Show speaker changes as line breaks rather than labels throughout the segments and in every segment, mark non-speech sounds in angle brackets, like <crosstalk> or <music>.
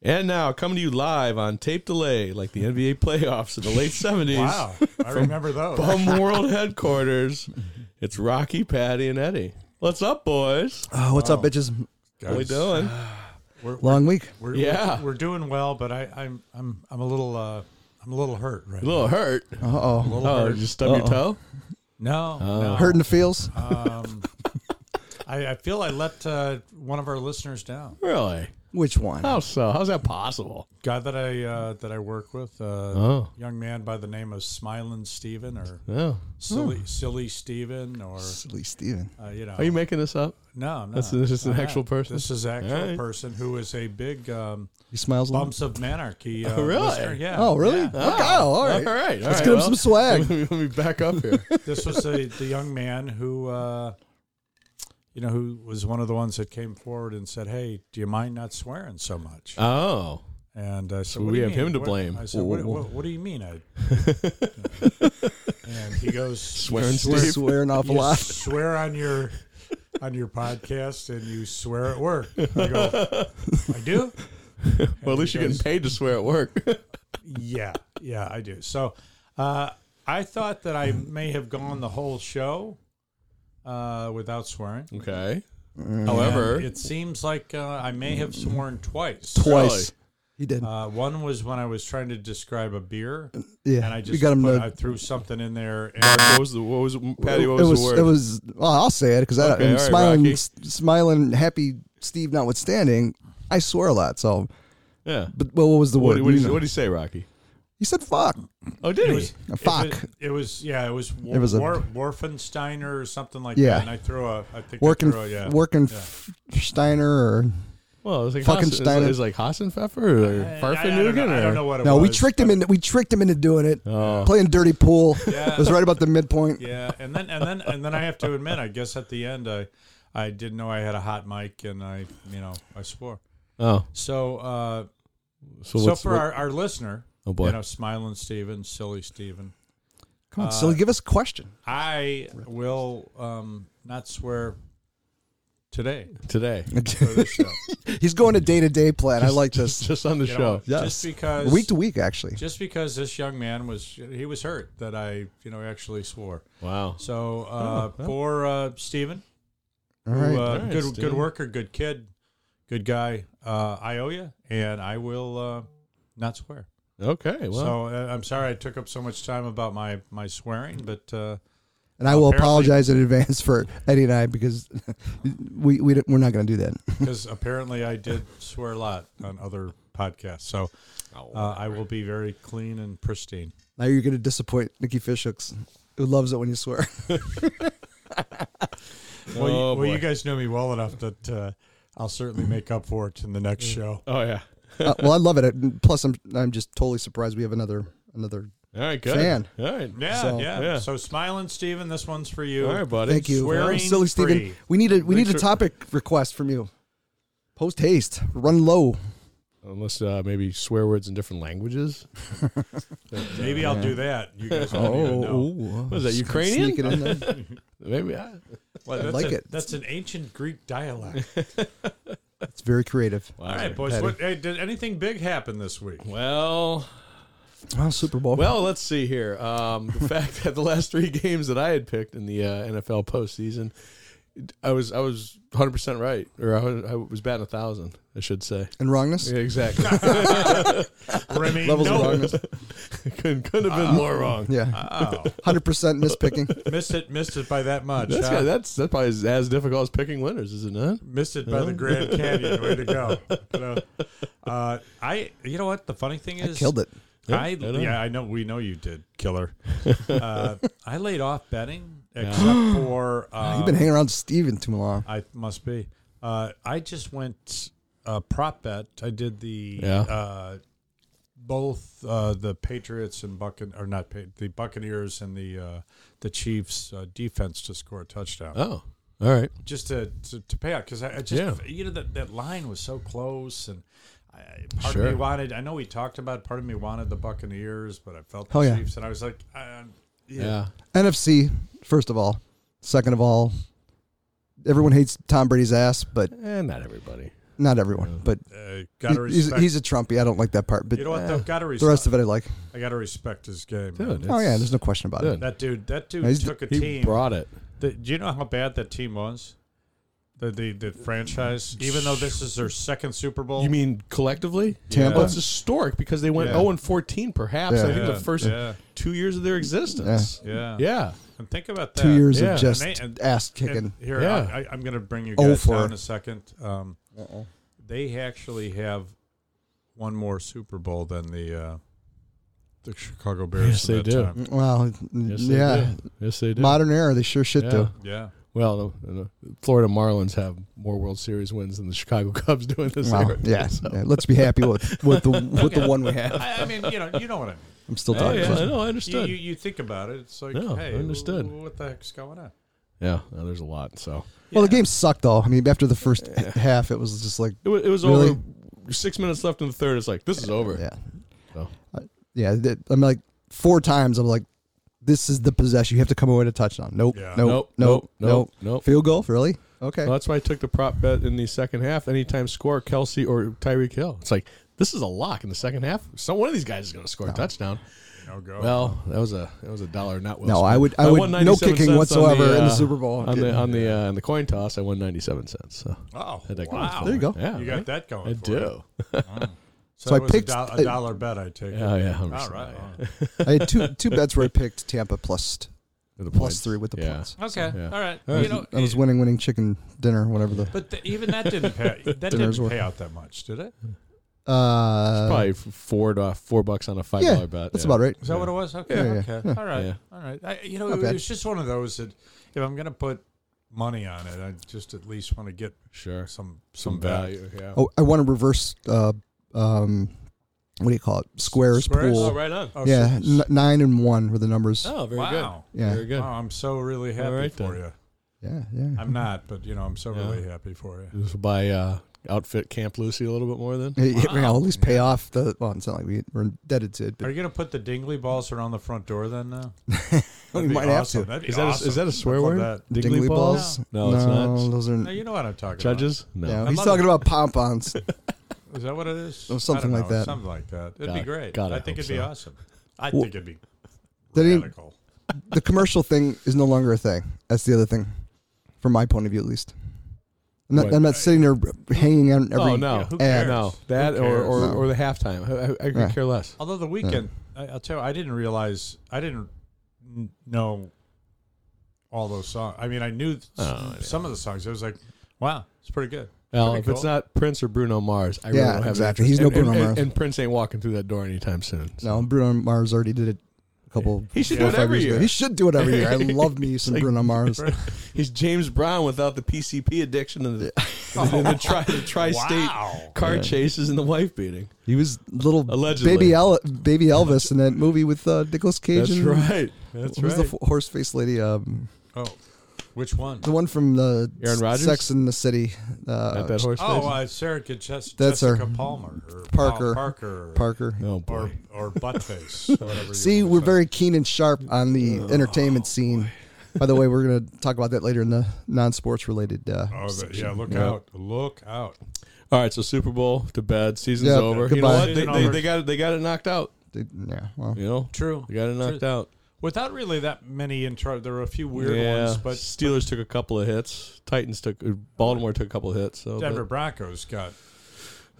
And now coming to you live on tape delay, like the NBA playoffs in the <laughs> late seventies,
Wow, I remember
<laughs>
those.
Bum World headquarters. It's Rocky, Patty, and Eddie. What's up, boys?
Oh, what's up, bitches?
How we doing?
We're,
Long week.
we're,
Yeah.
we're, we're doing well, but I, I'm I'm I'm a little uh, I'm a little hurt right
A little hurt.
Uh oh.
now. A little
Oh,
hurt.
did you stub your
Uh-oh.
toe?
no,
Oh.
no.
Hurting the feels.
Uh,
Um, I, I feel I let uh, one of our listeners down.
Really?
Which one?
How so? How's that possible?
Guy that I uh, that I work with, uh,
Oh.
young man by the name of Smiling Steven or
Yeah.
Silly Silly Steven or
Silly Steven.
uh, you know.
Are you making this up?
no, I'm not.
That's- this is an
I'm
actual
not.
person?
This is actual
All right.
person who is a big um,
He smiles a lot.
Bumps of Manarchy. Uh,
Oh, really?
listener. Yeah.
Oh, really?
Yeah.
Okay. Oh, all right.
All right. all
Let's
right,
get him
well, <laughs>
some swag.
Let me back up here.
This was the the young man who, uh, you know, who was one of the ones that came forward and said, "Hey, do you mind not swearing so much?"
<laughs> oh.
And uh,
So we have him to blame.
I said, what,
Whoa.
what, what do you
<laughs>
mean?" I, and he goes,
Swearing
"You
Steve.
Just swearing off a
you
lot.
swear on your on your podcast, and you swear at work." I go, "I do."
Well, at least you're getting paid to swear at <laughs> work.
yeah, yeah, I do. So uh, I thought that I may have gone the whole show uh, without swearing.
okay. Mm-hmm.
And
However,
it seems like uh, I may have sworn twice.
Twice. He did.
Uh, one was when I was trying to describe a beer,
yeah.
and I
we
just
got him
put-
to.
I threw something in there. And
what was the what was Patty? What
it
was,
was.
the word?
It was. Well, I'll say it because
Okay,
I
all
am
right,
smiling,
Rocky.
s- smiling, happy Steve notwithstanding. I swear a lot. So,
yeah.
but well, what was the
What,
word?
what,
You
did,
know.
what did he say, Rocky?
he said, "Fuck."
Oh, did
it
he?
was
A fuck.
It was, it was- yeah. It was. War,
It was a-
War, Warfensteiner or something like
Yeah.
that. And I threw a. I think I
Working,
oh,
threw a, yeah.
working, f- Steiner or
well, it was like
Fucking
Hasen-
Steiner.
It was like Hassenpfeffer or
Eh, I- I- I don't
Farfanugan.
know- I,
or-
don't know what it
No,
was.
we tricked him into we tricked him into doing it.
Oh.
Playing dirty pool.
<laughs> Yeah.
It was right about the
<laughs>
midpoint.
Yeah, and then and then and then I have to admit, I guess at the end, I I didn't know I had a hot mic, and I you know I swore.
Oh,
So uh,
so,
so,
what's,
for
what-
our, our listener,
Oh, boy.
you know, smiling Steven, silly Steven,
Come
Uh,
on, silly, give us a question.
I will um, not swear today.
today,
For this
<laughs>
show.
<laughs> He's going to day to day plan. I like this.
just on the
You
show.
know,
Yes.
<laughs> Just because
Week to week, actually.
just because this young man was he was hurt that I you know actually swore.
Wow.
So uh, for uh, Steven,
Oh, All
who,
right.
uh,
Nice,
good
dude.
good worker, good kid, good guy. Uh, I owe you, and I will uh, not swear.
Okay. Well,
so uh, I'm sorry I took up so much time about my my swearing, but uh,
And I will
apparently-
apologize in advance for Eddie and I because <laughs> we, we don't- we're not going to do that.
because apparently I did swear a lot on other podcasts, so uh, I will be very clean and pristine.
Now you're going to disappoint Nikki Fishhooks, who loves it when you
<laughs>
swear.
Well, you,
Oh,
well, you
boy.
guys know me well enough that uh, I'll certainly make up for it in the next show.
oh yeah.
Uh, well, I love it. And Plus, I'm I'm just totally surprised we have another another.
All right. Good.
Fan.
All right.
Yeah,
So-
yeah,
Yeah.
So smiling, Steven, this one's for you.
All right, buddy.
Thank you,
Swearing
Oh, silly Steven.
free.
We need a we need a
Richard-
topic request from you. Post haste, run low.
Unless uh, maybe swear words in different languages.
Maybe I'll do that. You guys don't even know.
Oh,
What is that, Ukrainian?
Sneak it in there.
<laughs> Maybe. I,
Well,
I
that's
like
a-
it.
That's an ancient Greek dialect.
It's very creative.
All right, boys.
Patty.
What, hey, did anything big happen this week?
Well,
Wow, Super Bowl.
Well, let's see here. Um, the <laughs> fact that the last three games that I had picked in the uh, NFL postseason, I was I was 100 percent right, or I was, I was batting a thousand, I should say.
and wrongness.
Yeah, exactly. <laughs>
Remy,
<laughs> Levels
no.
of wrongness.
couldn't, couldn't have been more wrong. <laughs>
Yeah,
Wow.
hundred percent mispicking.
Oh, missed it. Missed it by that much.
That's,
huh?
got- that's that's probably as, as difficult as picking winners, is it not?
missed it by the
<laughs>
Grand Canyon. Way to go. You know, uh, I. You know what? The funny thing
I
is,
killed it.
I,
I know.
yeah, I know. We know you did,
<laughs>
killer. Uh, I laid off betting except
<gasps>
for um,
Ah, You've been hanging around Steven too long.
I must be. Uh, I just went uh, prop bet. I did the
Yeah.
uh, both uh, the Patriots and Buccan or not pa- the Buccaneers and the uh, the Chiefs uh, defense to score a touchdown
Oh, all right.
just to, to, to pay out because I, I just
Yeah.
you know that, that line was so close and. I- I, part of
Sure.
me wanted. I know we talked about. it, Part of me wanted the Buccaneers, but I felt the
Oh, yeah.
Chiefs, and I was like, uh,
Yeah.
yeah.
NFC, first of all. Second of all, everyone hates Tom Brady's ass, but
Eh, not everybody.
Not everyone,
Yeah.
but
Uh,
he-
gotta
he's,
respect.
he's a Trumpy. I don't like that part, but
you know what?
eh,
though? Gotta respect.
the rest of it I like.
I gotta respect his game.
Dude,
man.
Oh yeah,
It's-
there's no question about
Good.
it.
that dude. That dude
He's-
took a
He
team.
brought it.
The- do you know how bad that team was? The the, the franchise, even though this is their second Super Bowl.
You mean collectively?
Tampa?
Well, it's historic because they went
Yeah.
zero and fourteen. Perhaps
Yeah.
I think
yeah,
the first
yeah,
two years of their existence.
yeah,
Yeah.
And think about that.
Two years
Yeah.
of just
And they- and-
ass
And
kicking.
here,
Yeah.
I, I, I'm going to bring you
Oh,
guys
for-
down in a second. Um, they actually have one more Super Bowl than the uh, the Chicago Bears.
Yes,
at
they
that
do. Mm.
Time.
Well,
Yes, they
yeah,
did. Yes, they did.
modern era, they sure shit
Yeah.
do.
<laughs>
Yeah,
Well, the, the Florida Marlins have more World Series wins than the Chicago <laughs> Cubs do in this
Well,
era.
<laughs> yeah,
<laughs>
yeah, let's be happy with, with the with the one we have.
I, I mean, you know, you know what I mean.
I'm still
Oh,
talking.
yeah.
about
I
it.
know. I
You,
understood.
you, you think about it, it's like,
No,
hey,
understood.
w- what the heck's going on?
yeah. no, there's a lot. So
Well, the game sucked though. I mean, after the first half, it was just like,
it was, it was
Really?
over. Six minutes left in the third. It's like this is over.
yeah,
So.
Uh, yeah. that- I'm like four times. I'm like, this is the possession. You have to come away to touchdown. Nope,
Yeah.
nope, nope, nope,
nope.
Field goal, really? Okay.
Well, that's why I took the prop bet in the second half. Anytime score, Kelsey or Tyreek Hill. It's like this is a lock in the second half. So one of these guys is going to score a touchdown.
No go.
Well, that was a that was a dollar not well.
no,
spent.
I would, I
won
would, no
97
kicking
cents
whatsoever
on the,
in the
uh,
Super Bowl.
on the on the uh, on the coin toss. I won ninety seven cents. So
oh,
had that going
wow.
for
There you
me.
go.
Yeah,
You got
right?
that going.
I
for you.
do. <laughs>
So,
So
it
I
was
picked-
a, do- a
I-
dollar bet. I take.
Yeah,
it.
Oh, yeah. I'm
All
just-
right.
yeah.
I had two two bets where I picked Tampa plus
With <laughs> the
plus
points.
three with the
Yeah.
points.
Okay.
Yeah.
All right.
I was,
you know,
I was winning, winning chicken dinner, whatever the.
but the, even that didn't.
Didn't pay,
<laughs>
that
Dinner's
didn't
worth
pay out that much, did it?
Uh,
It's probably f- four to four bucks on a five
yeah,
dollar bet.
that's
yeah.
about right.
Is that what it was? Okay.
Yeah, yeah,
okay.
yeah.
All right.
Yeah.
All right. I, you know,
Not
it,
bad.
was just one of those that if I'm going to put money on it, I just at least want to get
Sure,
some some,
some
value.
value. Yeah.
Oh, I want to reverse. Uh, um, what do you call it? Squares,
Squares?
pool.
Oh, right on.
Oh,
Yeah,
so-
n- nine and one were the numbers.
Oh, very
wow.
good.
Yeah.
Very good.
Wow, I'm so really happy
All right,
for
then.
you.
Yeah, yeah.
I'm not, but you know, I'm so
Yeah.
really happy for you.
This will buy uh, outfit Camp Lucy a little bit more then.
<laughs> Hey, yeah,
Wow.
I'll at least pay off the. Well, it's not like we, we're indebted to it,
Are
but
you going to put the dingly balls around the front door then now?
<laughs> we
That'd be
Oh, might
awesome.
have to.
That'd be
Is that a- is
awesome.
that a swear
I'd love
word?
that.
Dingly balls? No, it's not.
Those
No,
are
you know what I'm talking
Judges? No.
yeah,
I
he's
love
talking
it.
about pompons.
about. Is that what it is?
Or Oh, something
I don't
like
know,
that.
Something like that. It'd
God-
be great.
God, I
I think
hope
it'd be
so.
awesome. I
Well,
think it'd be
That ain't,
radical.
the commercial thing is no longer a thing. That's the other thing, from my point of view at least. I'm not,
Right.
I'm not sitting there hanging on every.
oh no,
yeah, who
ad.
cares?
no, that
Who
or
cares?
or,
No.
or the halftime. I, I, I could
Yeah.
care less.
Although the weekend, I, I'll tell you, I didn't realize, I didn't n- know all those songs. I mean, I knew s-
Oh, yeah.
some of the songs. I was like, wow, it's pretty
<laughs>
good.
Well,
Pretty
if it's
cool.
not Prince or Bruno Mars, I really
Yeah,
don't have
exactly.
Any
He's no
and,
Bruno
and-
Mars.
and Prince ain't walking through that door anytime soon. so.
No, Bruno Mars already did it a couple.
He should do
four or
it
five
every
years ago.
year.
He should do it
<laughs>
every year. I love me some Bruno Mars.
he's James Brown without the PCP addiction and
<laughs>
the, and the, tri, the tri-state
Oh, Wow.
car chases and the wife beating.
He was little
Allegedly.
baby El- baby Elvis in that movie with uh, Nicolas Cage.
That's
and,
right. That's
what was
right.
the f- horse face lady? Um,
Oh, which one?
the one from the
Aaron
S-
Rodgers?
Sex in the City. Uh,
Not that horse
Oh,
face?
uh, Sarah Jessica,
That's her.
Jessica Palmer. Or Paul
Parker.
Parker.
Parker.
oh
Or,
boy.
or
<laughs>
Buttface. whatever you
See,
wanna
we're
say.
very keen and sharp on
Oh,
the entertainment scene. By the way, we're going to talk about that later in the non-sports related. Uh,
Oh, the, yeah, look
Yeah.
out. Look out.
All right, so Super Bowl to bed. Season's
Yeah,
over. You know
goodbye.
what? They,
Season
they,
over.
they got it. They got it knocked out.
yeah, well,
You know,
True.
they got it knocked
True.
out.
Without really that many intro, there were a few weird ones, but
Steelers took a couple of hits. Titans took uh, Baltimore took a couple of hits. So
Denver
but
Broncos got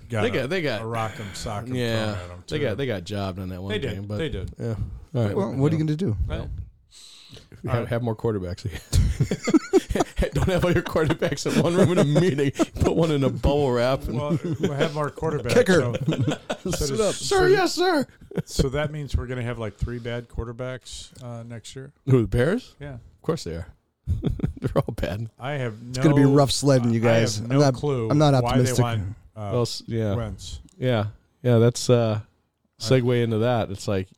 got
They
a,
got- they got-
a rock'em sock'em
yeah,
thrown at them.
they got they got jobbed on that one
they
game.
did
But
they did.
yeah, all right.
well, what are you going to do?
Well,
have, have more quarterbacks. <laughs> Don't have all your quarterbacks in one room in a meeting. <laughs> Put one in a bubble wrap. And,
well, we'll have our quarterback.
Kicker.
<laughs>
So, so
Sit
does-
up.
so-
sir, yes, sir.
So that means we're going to have like three bad quarterbacks uh, next year.
Who the Bears?
Yeah,
Of course they are. <laughs> They're all bad.
I have. No, it's
gonna be rough sledding, you guys.
I have
I'm
no
not-
clue.
I'm not optimistic.
Why they want uh,
well, s- yeah,
Wentz.
yeah, yeah. That's uh, segue into that. It's like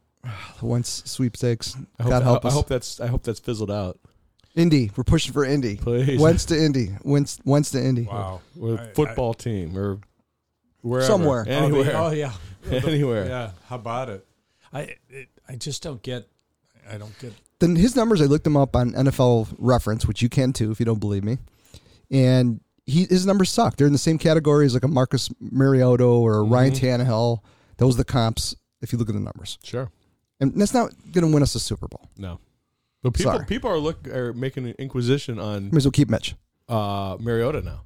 Once sweepstakes,
I hope,
God help
I,
us.
hope that's I hope that's fizzled out. <laughs>
Indy, we're pushing for Indy.
Please,
Wentz to Indy. Wentz, Wentz to Indy.
Wow.
or
I-
football team or wherever,
Somewhere.
Oh,
<laughs>
the-
anywhere, <laughs>
Oh, yeah.
anywhere.
Yeah. How about it? I it, I just don't get. I don't get.
Then his numbers, I looked them up on NFL reference, which you can too if you don't believe me. And he his numbers suck. They're in the same category as like a Marcus Mariota or a Ryan
Mm-hmm.
Tannehill. Those are the comps if you look at the numbers.
Sure.
And that's not going to win us a Super Bowl.
No. But people
Sorry.
people are look are making an inquisition on
May as well keep Mitch.
uh, Mariota now.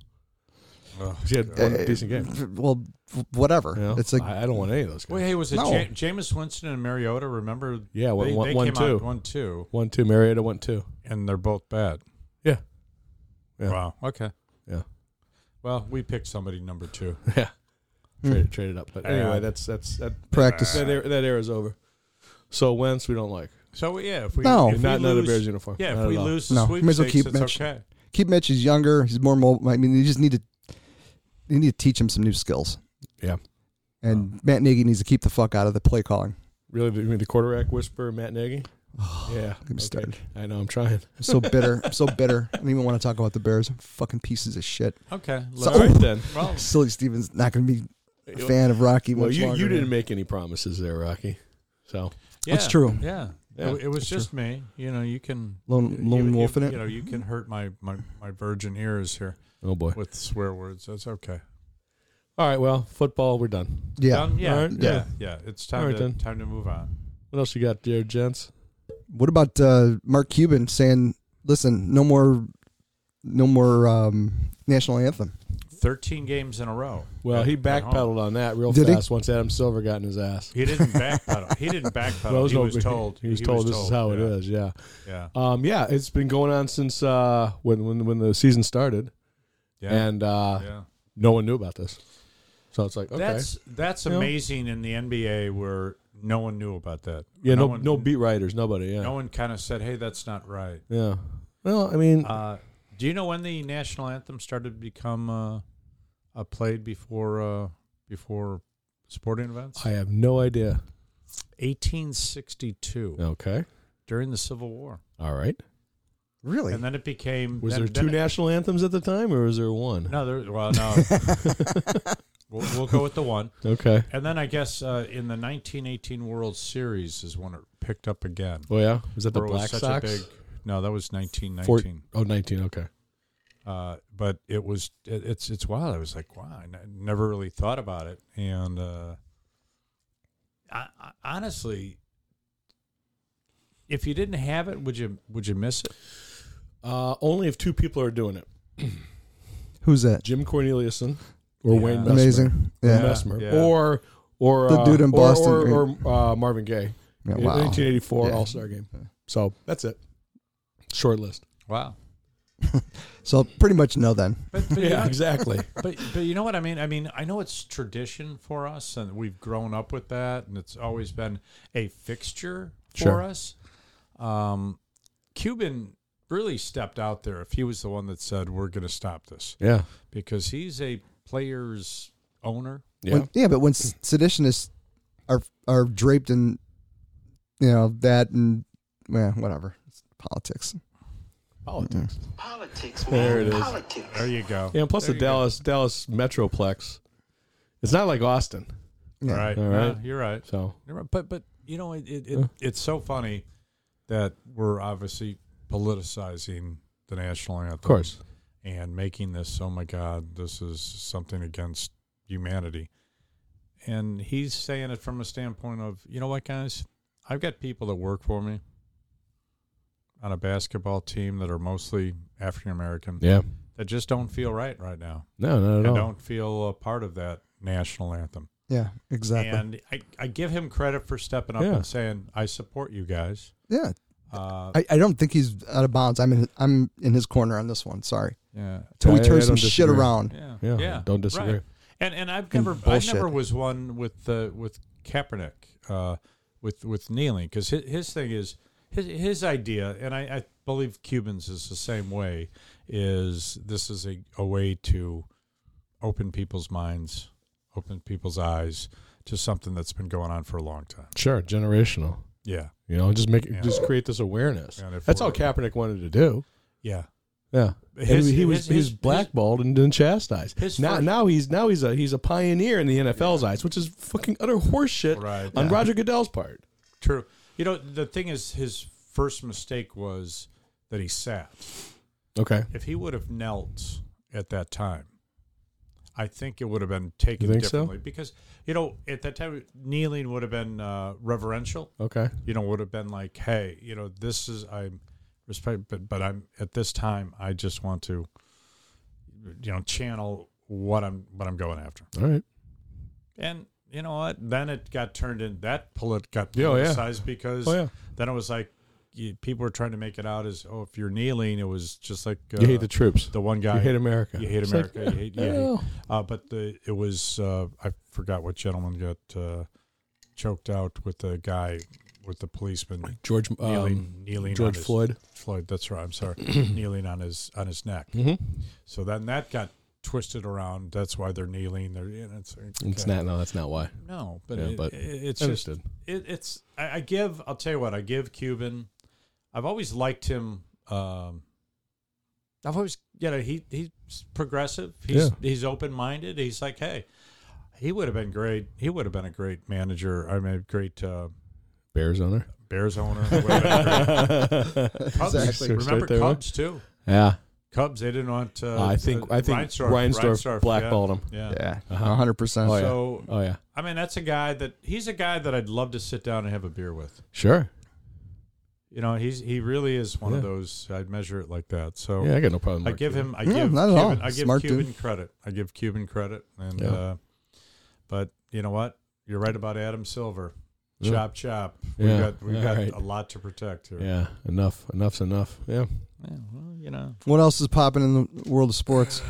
Oh,
She had one
Uh,
decent game.
Well, whatever.
You know?
It's like
I, I don't want any of those guys.
Well, hey, was it
No.
Ja- Jameis Winston and Mariota? Remember?
Yeah, one-
they,
one-
they
one,
came
two.
out one two,
One two. Mariota went two.
and they're both bad.
Yeah. Yeah.
Wow. Okay.
Yeah.
Well, we picked somebody
<laughs>
number two.
Yeah.
Hmm.
Traded, traded up. But anyway,
Yeah.
that's that's that
practice.
that, era, that era's over. So Wentz we don't like.
So yeah, if we
No.
if
not
we
not a
lose-
Bears uniform.
Yeah,
Not
if we
at all.
lose
No,
the
we may as well
sweepstakes,
keep
it's
Mitch.
okay.
keep Mitch. He's younger. He's more mobile. I mean, you just need to you need to teach him some new skills.
Yeah.
And Matt Nagy needs to keep the fuck out of the play calling.
Really, you mean the quarterback whisperer, Matt Nagy? yeah.
Get Oh, me started.
I know. I'm trying.
I'm so bitter. I'm so bitter. I don't even want to talk about the Bears. Fucking pieces of shit.
Okay.
So-
All
let's-
right then. <laughs>
well,
Silly Stevens not going to be a fan of Rocky
Well,
much
you,
longer.
you didn't make any promises there, Rocky. So
yeah,
That's true.
Yeah.
Yeah,
it, it was
that's true.
just me. You know, you can
Lone, lone
you,
wolf
you,
in it.
You know, you can hurt my, my, my virgin ears here
oh boy.
with swear words. That's okay.
All right. Well, football. We're done.
yeah.
Done? Yeah,
All right.
yeah,
Yeah.
yeah, It's time
All right,
to
then.
time to move on.
What else you got there, gents?
What about uh, Mark Cuban saying, "Listen, no more, no more um, national anthem."
Thirteen games in a row.
Well,
at-
he
at home.
backpedaled on that real
Did he?
fast once Adam Silver got in his ass.
He didn't backpedal. He didn't backpedal.
Well, it
he
no-
was told.
He was told this is how it
yeah,
is. Yeah.
Yeah,
Um. Yeah. It's been going on since uh when when when the season started,
yeah,
and uh
yeah.
no one knew about this. So it's like okay.
That's that's
You know?
amazing in the NBA where no one knew about that.
yeah. No.
one,
no beat writers. Nobody. Yeah.
no one kind of said, "Hey, that's not right."
Yeah. Well, I mean,
Uh, do you know when the national anthem started to become uh, uh, played before uh, before sporting events?
I have no idea.
1862
Okay.
during the Civil War,
All right.
Really?
and then it became.
Was
then-
there
then
two
it-
national anthems at the time, or was there one?
No, there. Well, no. we'll, we'll go with the one,
Okay.
and then I guess uh, in the 1918 World Series is when it picked up again.
Oh yeah. Was that the
Where it was
Black
such a
Sox?
big- no, that was 1919.
Four- oh, 19. Okay.
Uh, but it was it, it's it's wild. I was like, wow, I n- never really thought about it. And uh, I, I, honestly, if you didn't have it, would you would you miss it?
Uh, only if two people are doing it:
Who's that?
Jim Corneliuson or
Yeah.
Wayne Messmer.
Amazing.
Or
Yeah.
Messmer.
Yeah.
Or or
The
uh,
dude in
or-
Boston.
or, or, uh, Marvin Gaye.
Yeah,
in
wow.
1984
Yeah.
All Star Game.
Yeah.
So that's it. Short list.
Wow.
So pretty much no then.
But, but you know,
<laughs> exactly.
but but you know what I mean? I mean, I know it's tradition for us and we've grown up with that and it's always been a fixture for
Sure.
us. Um Cuban really stepped out there if he was the one that said we're going to stop this
Yeah.
because he's a player's owner.
Yeah.
When- yeah, but when s- seditionists are are draped in, you know that and well, whatever it's politics.
Politics.
Politics, man.
There it is.
Politics.
There you go.
Yeah. And plus
There
the
you go.
Dallas Dallas Metroplex. It's not like Austin.
Yeah.
All right.
All right.
No, you're right.
So
You're right. But but you know it, it, it
Yeah.
it's so funny that we're obviously politicizing the national anthem.
of course.
and making this oh my god this is something against humanity and he's saying it from a standpoint of you know what guys i've got people that work for me on a basketball team that are mostly african american
Yeah.
that just don't feel right right now
No, not
and
at all.
don't feel a part of that national anthem
Yeah, exactly.
and I, I give him credit for stepping up
Yeah.
and saying i support you guys
yeah,
uh,
I, I don't think he's out of bounds. I'm in I'm in his corner on this one. Sorry,
yeah
till we
I- I
turn
don't
some shit
disagree.
around.
yeah
Yeah, don't disagree.
right. And and I've
And
never I
bullshit.
never was one with uh, with Kaepernick uh, with with kneeling because his, his thing is his his idea, and I, I believe Cubans is the same way. Is this is a, a way to open people's minds, open people's eyes to something that's been going on for a long time.
Sure, generational.
Yeah,
You know, just make
Yeah.
just create this awareness.
And if
That's all
we're-
Kaepernick wanted to do.
yeah.
Yeah, And
His-
he was
his-
he was
his-
blackballed and, and chastised.
his
now
first-
now he's now he's a he's a pioneer in the NFL's eyes, which is fucking utter horseshit
Right.
on Roger Goodell's part.
True. You know the thing is his first mistake was that he sat.
Okay,
If he would have knelt at that time. I think it would have been taken
think so?
differently because you know at that time kneeling would have been uh, reverential.
Okay.
You know, would have been like, hey, you know, this is I'm respect, but but I'm at this time I just want to, you know, channel what I'm what I'm going after.
All right.
And you know what? Then it got turned in that polit got
Oh, yeah.
politicized because
Oh yeah.
then it was like you, people were trying to make it out as oh, if you're kneeling, it was just like uh,
You hate the troops.
the one guy
You hate America.
you hate
It's like,
America. you hate, you hate-
well,
Uh, but the it was uh, I forgot what gentleman got uh, choked out with the guy with the policeman
George um,
kneeling, kneeling
George
on his,
Floyd.
Floyd. That's right. I'm
<clears throat>
sorry, kneeling on his on his neck.
Mm-hmm.
So then that got twisted around. That's why they're kneeling. They're and it's,
It's
okay.
not. No, that's not why.
No, but,
Yeah,
it,
but
it- it's just
Understood.
it, it's I, I give I'll tell you what I give Cuban. I've always liked him. Um, I've always you know he he's progressive. He's he's open minded. He's like hey, he would have been great. He would have been a great manager. I mean, a great uh,
Bears owner.
Bears owner. Would have been
<laughs>
great. Cubs,
exactly.
Exactly.
remember Cubs too.
Yeah.
Cubs they didn't want. Uh,
I think
uh,
I think Reinsdorf,
Reinsdorf,
blackballed him.
Yeah. yeah.
Yeah,
Uh-huh.
hundred percent.
Oh, yeah.
So
Oh yeah.
I mean that's a guy that he's a guy that I'd love to sit down and have a beer with.
Sure.
You know, he's he really is one of
Yeah.
those. I'd measure it like that. So
Yeah, I got no problem.
I
with
give
Cuban.
him. I
Yeah,
give
not at all.
Cuban, I give
Smart
Cuban
dude.
credit. I give Cuban credit. And
Yeah.
uh, but you know what? You're right about Adam Silver.
Yeah.
Chop chop.
Yeah.
We've got we've
All
got
right.
a lot to protect here.
Yeah. Enough. Enough's enough. Yeah.
Yeah, well, you know.
What else is popping in the world of sports?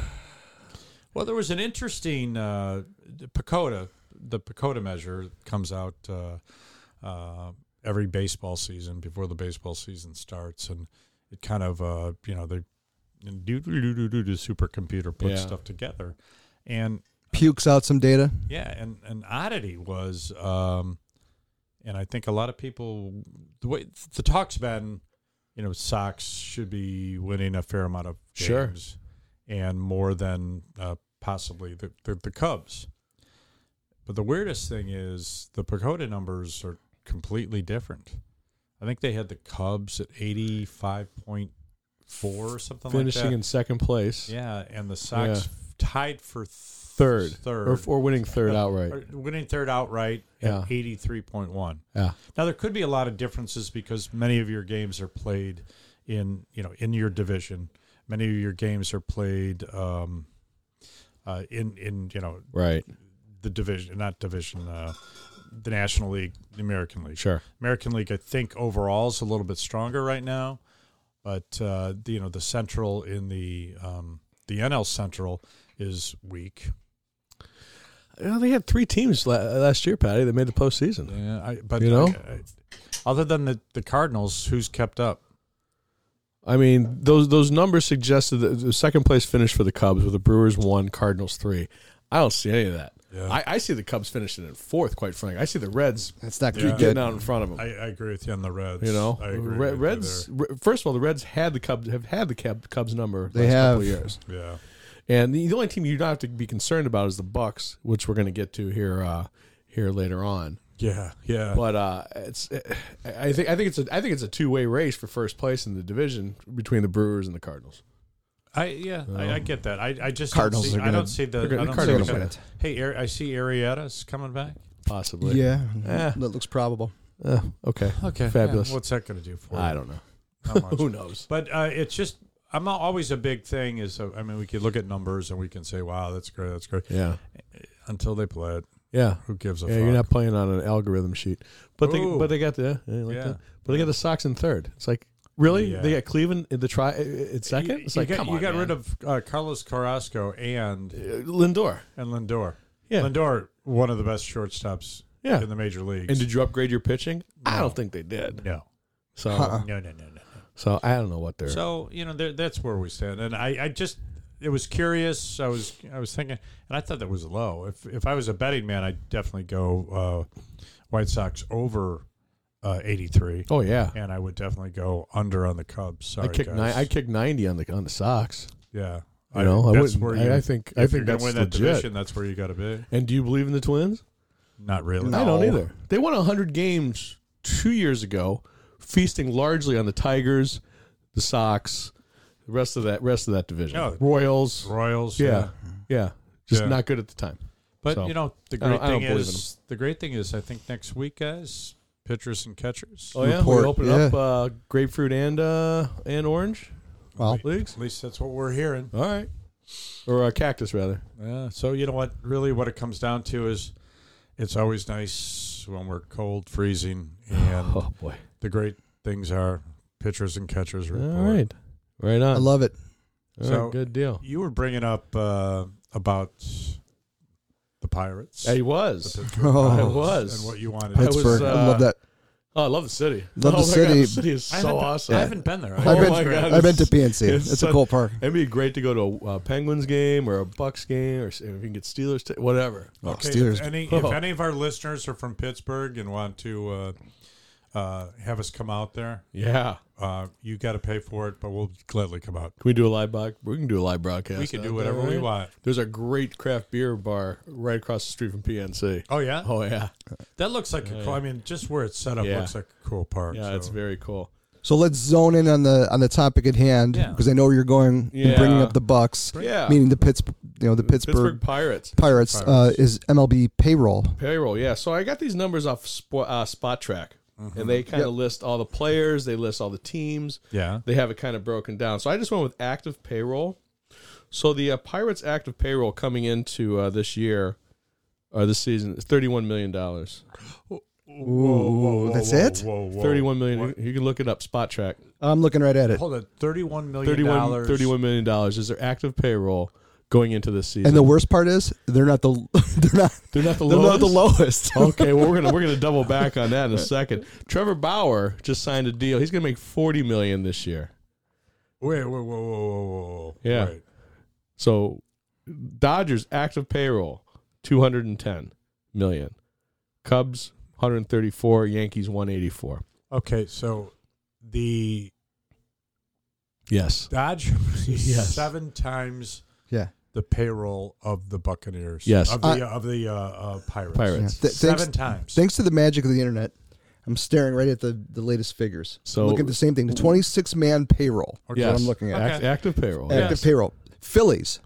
Well, there was an interesting uh, the Pacoda. The Pacoda measure comes out uh, uh, every baseball season before the baseball season starts, and it kind of uh, you know they do do do do the supercomputer puts
Yeah.
stuff together, and
Pukes out some data.
yeah, and an oddity was, um, and I think a lot of people the way the talk's been, you know, Sox should be winning a fair amount of
Sure.
games, and more than uh, possibly the, the the Cubs. But the weirdest thing is the Pagoda numbers are completely different. I think they had the Cubs at eighty five point four or something
Finishing
like that.
in second place.
yeah, and the Sox tied for
Third.
third
Or, or winning third
<laughs> Yeah.
outright.
or winning third outright
Yeah.
at eighty three point one.
Yeah.
Now there could be a lot of differences because many of your games are played in you know in your division. Many of your games are played um, uh, in in you know
Right.
the division, not division, uh, the National League, the American League.
Sure.
American League, I think overall is a little bit stronger right now, but uh, the, you know the Central in the um, the NL Central is weak.
Well, they had three teams la- last year, Patty. They made the postseason.
Yeah, I, but
You know?
I- I- other than the, the Cardinals, who's kept up?
I mean, those those numbers suggested that the second place finish for the Cubs with the Brewers one, Cardinals three. I don't see any of that.
Yeah.
I, I see the Cubs finishing in fourth. Quite frankly, I see the Reds
That's not
Yeah.
good.
getting out in front of them.
I, I agree with you on the Reds.
you know,
I agree
Re-
with you
Reds. Re- first of all, the Reds had the Cubs have had the Cub- Cubs number the
They
last couple
have.
of years,
there. Yeah,
and the, the only team you don't have to be concerned about is the Bucks, which we're going to get to here uh, here later on.
yeah, yeah.
But uh, it's I think I think it's a I think it's a two way race for first place in the division between the Brewers and the Cardinals.
I yeah, I, I get that. I, I just
Cardinals
Don't see,
are gonna-
I don't see the.
They're gonna-
I don't
the
see
Cardinals
the
win
it.
Hey, Ari- I see Arietta's coming back.
Possibly,
Yeah,
Eh.
that looks probable.
Uh, okay.
Okay,
Fabulous.
What's that going to do for?
I don't know.
you? Not
<laughs>
much.
Who knows?
But uh, it's just I'm al- always a big thing is uh, I mean we could look at numbers and we can say wow that's great that's great
Yeah.
until they play it
Yeah.
who gives a
Yeah,
fuck
you're not playing on an algorithm sheet. But they
Ooh.
but they got the yeah, you like
Yeah.
that? but they got the Sox in third. It's like really?
Yeah.
They got Cleveland in the try in second?
You,
It's
you
like
got,
come
you
on,
got
man.
rid of uh, Carlos Carrasco and
Uh, Lindor.
and Lindor.
Yeah.
Lindor, one of the best shortstops
Yeah.
in the major leagues.
And did you upgrade your pitching? I
No.
don't think they did.
no,
So
Uh-uh.
no, no, no, no.
so I don't know what they're
So you know there, that's where we stand. And I, I just it was curious. I was I was thinking, and I thought that was low. If if I was a betting man, I'd definitely go uh, White Sox over uh, eighty three,
Oh yeah.
and I would definitely go under on the Cubs. Sorry,
I kicked
guys.
ni- I kicked 90 on the on the Sox.
yeah.
You know, I
that's
wouldn't-
where
I-
you,
I think- I
if
think
you're gonna
that's
win that
legit.
division. That's where you got to be.
And do you believe in the Twins?
Not really.
No.
I don't either. They won 100 games 2 years ago, feasting largely on the Tigers, the Sox, The rest of that rest of that division,
Yeah.
Royals,
Oh. Royals.
yeah, yeah, just
Yeah.
not good at the time.
But
So,
you know the
I don't-
great
I don't
thing
believe in
is the great thing is I think next week, guys, pitchers and catchers.
Oh yeah,
Report,
we open
yeah.
up uh, grapefruit and uh, and orange
Well,
leagues.
At least that's what we're hearing.
All right, or uh, cactus rather.
Yeah. So you know what? Really, what it comes down to is, it's always nice when we're cold, freezing, and
<laughs> Oh boy!
the great things are pitchers and catchers.
All
Report.
right, right
I
on.
love it.
All right,
So-
good deal.
You were bringing up uh, about the Pirates.
I
The
was.
Pittsburgh
Oh.
Pirates,
I was.
and what you wanted.
I was,
Pittsburgh. I love
uh,
that.
Oh, I love the city.
Love
<laughs> oh
the
my God,
city.
the city is
I
so
haven't-
awesome.
I haven't been there. I
I've
oh
been-
my God,
I've been to
it's-
PNC.
it's
It's,
such-
a cool park.
It'd be great to go to a, a Penguins game or a Bucks game, or s- if you can get Steelers, t- whatever.
Oh,
Okay,
Steelers.
If any,
Oh.
if any of our listeners are from Pittsburgh and want to uh, uh, have us come out there,
Yeah,
uh, you got to pay for it, but we'll gladly come out.
can we do a live broadcast? We can do a live broadcast.
We can
out
do
there,
whatever we
right?
want.
There's a great craft beer bar right across the street from PNC.
Oh yeah,
Oh yeah,
that looks like a cool. I mean, just where it's set up
Yeah.
looks like a cool park.
yeah,
so.
it's very cool.
So let's zone in on the on the topic at hand
Yeah.
because I know where you're going.
Yeah.
And bringing up the Bucks,
Yeah,
meaning the Pitts, you know, the Pittsburgh,
Pittsburgh Pirates
Pirates, Uh,
Pirates.
is MLB payroll.
payroll. Yeah, so I got these numbers off Spo- uh, Spot Track,
Mm-hmm.
and they kind of list all the players, they list all the teams,
yeah.
they have it kind of broken down. So I just went with active payroll. So the uh, Pirates active payroll coming into uh, this year or this season is thirty-one million dollars.
whoa, whoa, that's it?
Whoa, whoa.
Thirty-one million. You can look it up. Spot track.
I'm looking right at it.
Hold on, thirty-one million
31,
dollars.
31 million dollars is their active payroll going into this season.
And the worst part is they're not the <laughs> they're not
they're not the
they're
lowest.
not the lowest.
okay, well we're gonna we're gonna double back on that in a second. Trevor Bauer just signed a deal. He's gonna make forty million this year.
Wait, wait, whoa, whoa, whoa, whoa, whoa.
Yeah.
Wait.
So Dodgers active payroll 210 million. Cubs 134, Yankees 184.
Okay, so the
Yes.
Dodgers is
Yes.
seven times
Yeah.
the payroll of the Buccaneers.
Yes.
of the of the uh, uh, Pirates.
Pirates.
Yeah. Th-
Seven
thanks,
times.
thanks to the magic of the internet, I'm staring right at the, the latest figures.
So-
look at the same thing. The 26 man payroll.
Okay.
Yes.
That's what I'm looking at.
Act-
Okay.
active payroll.
Active
yes.
payroll. Phillies,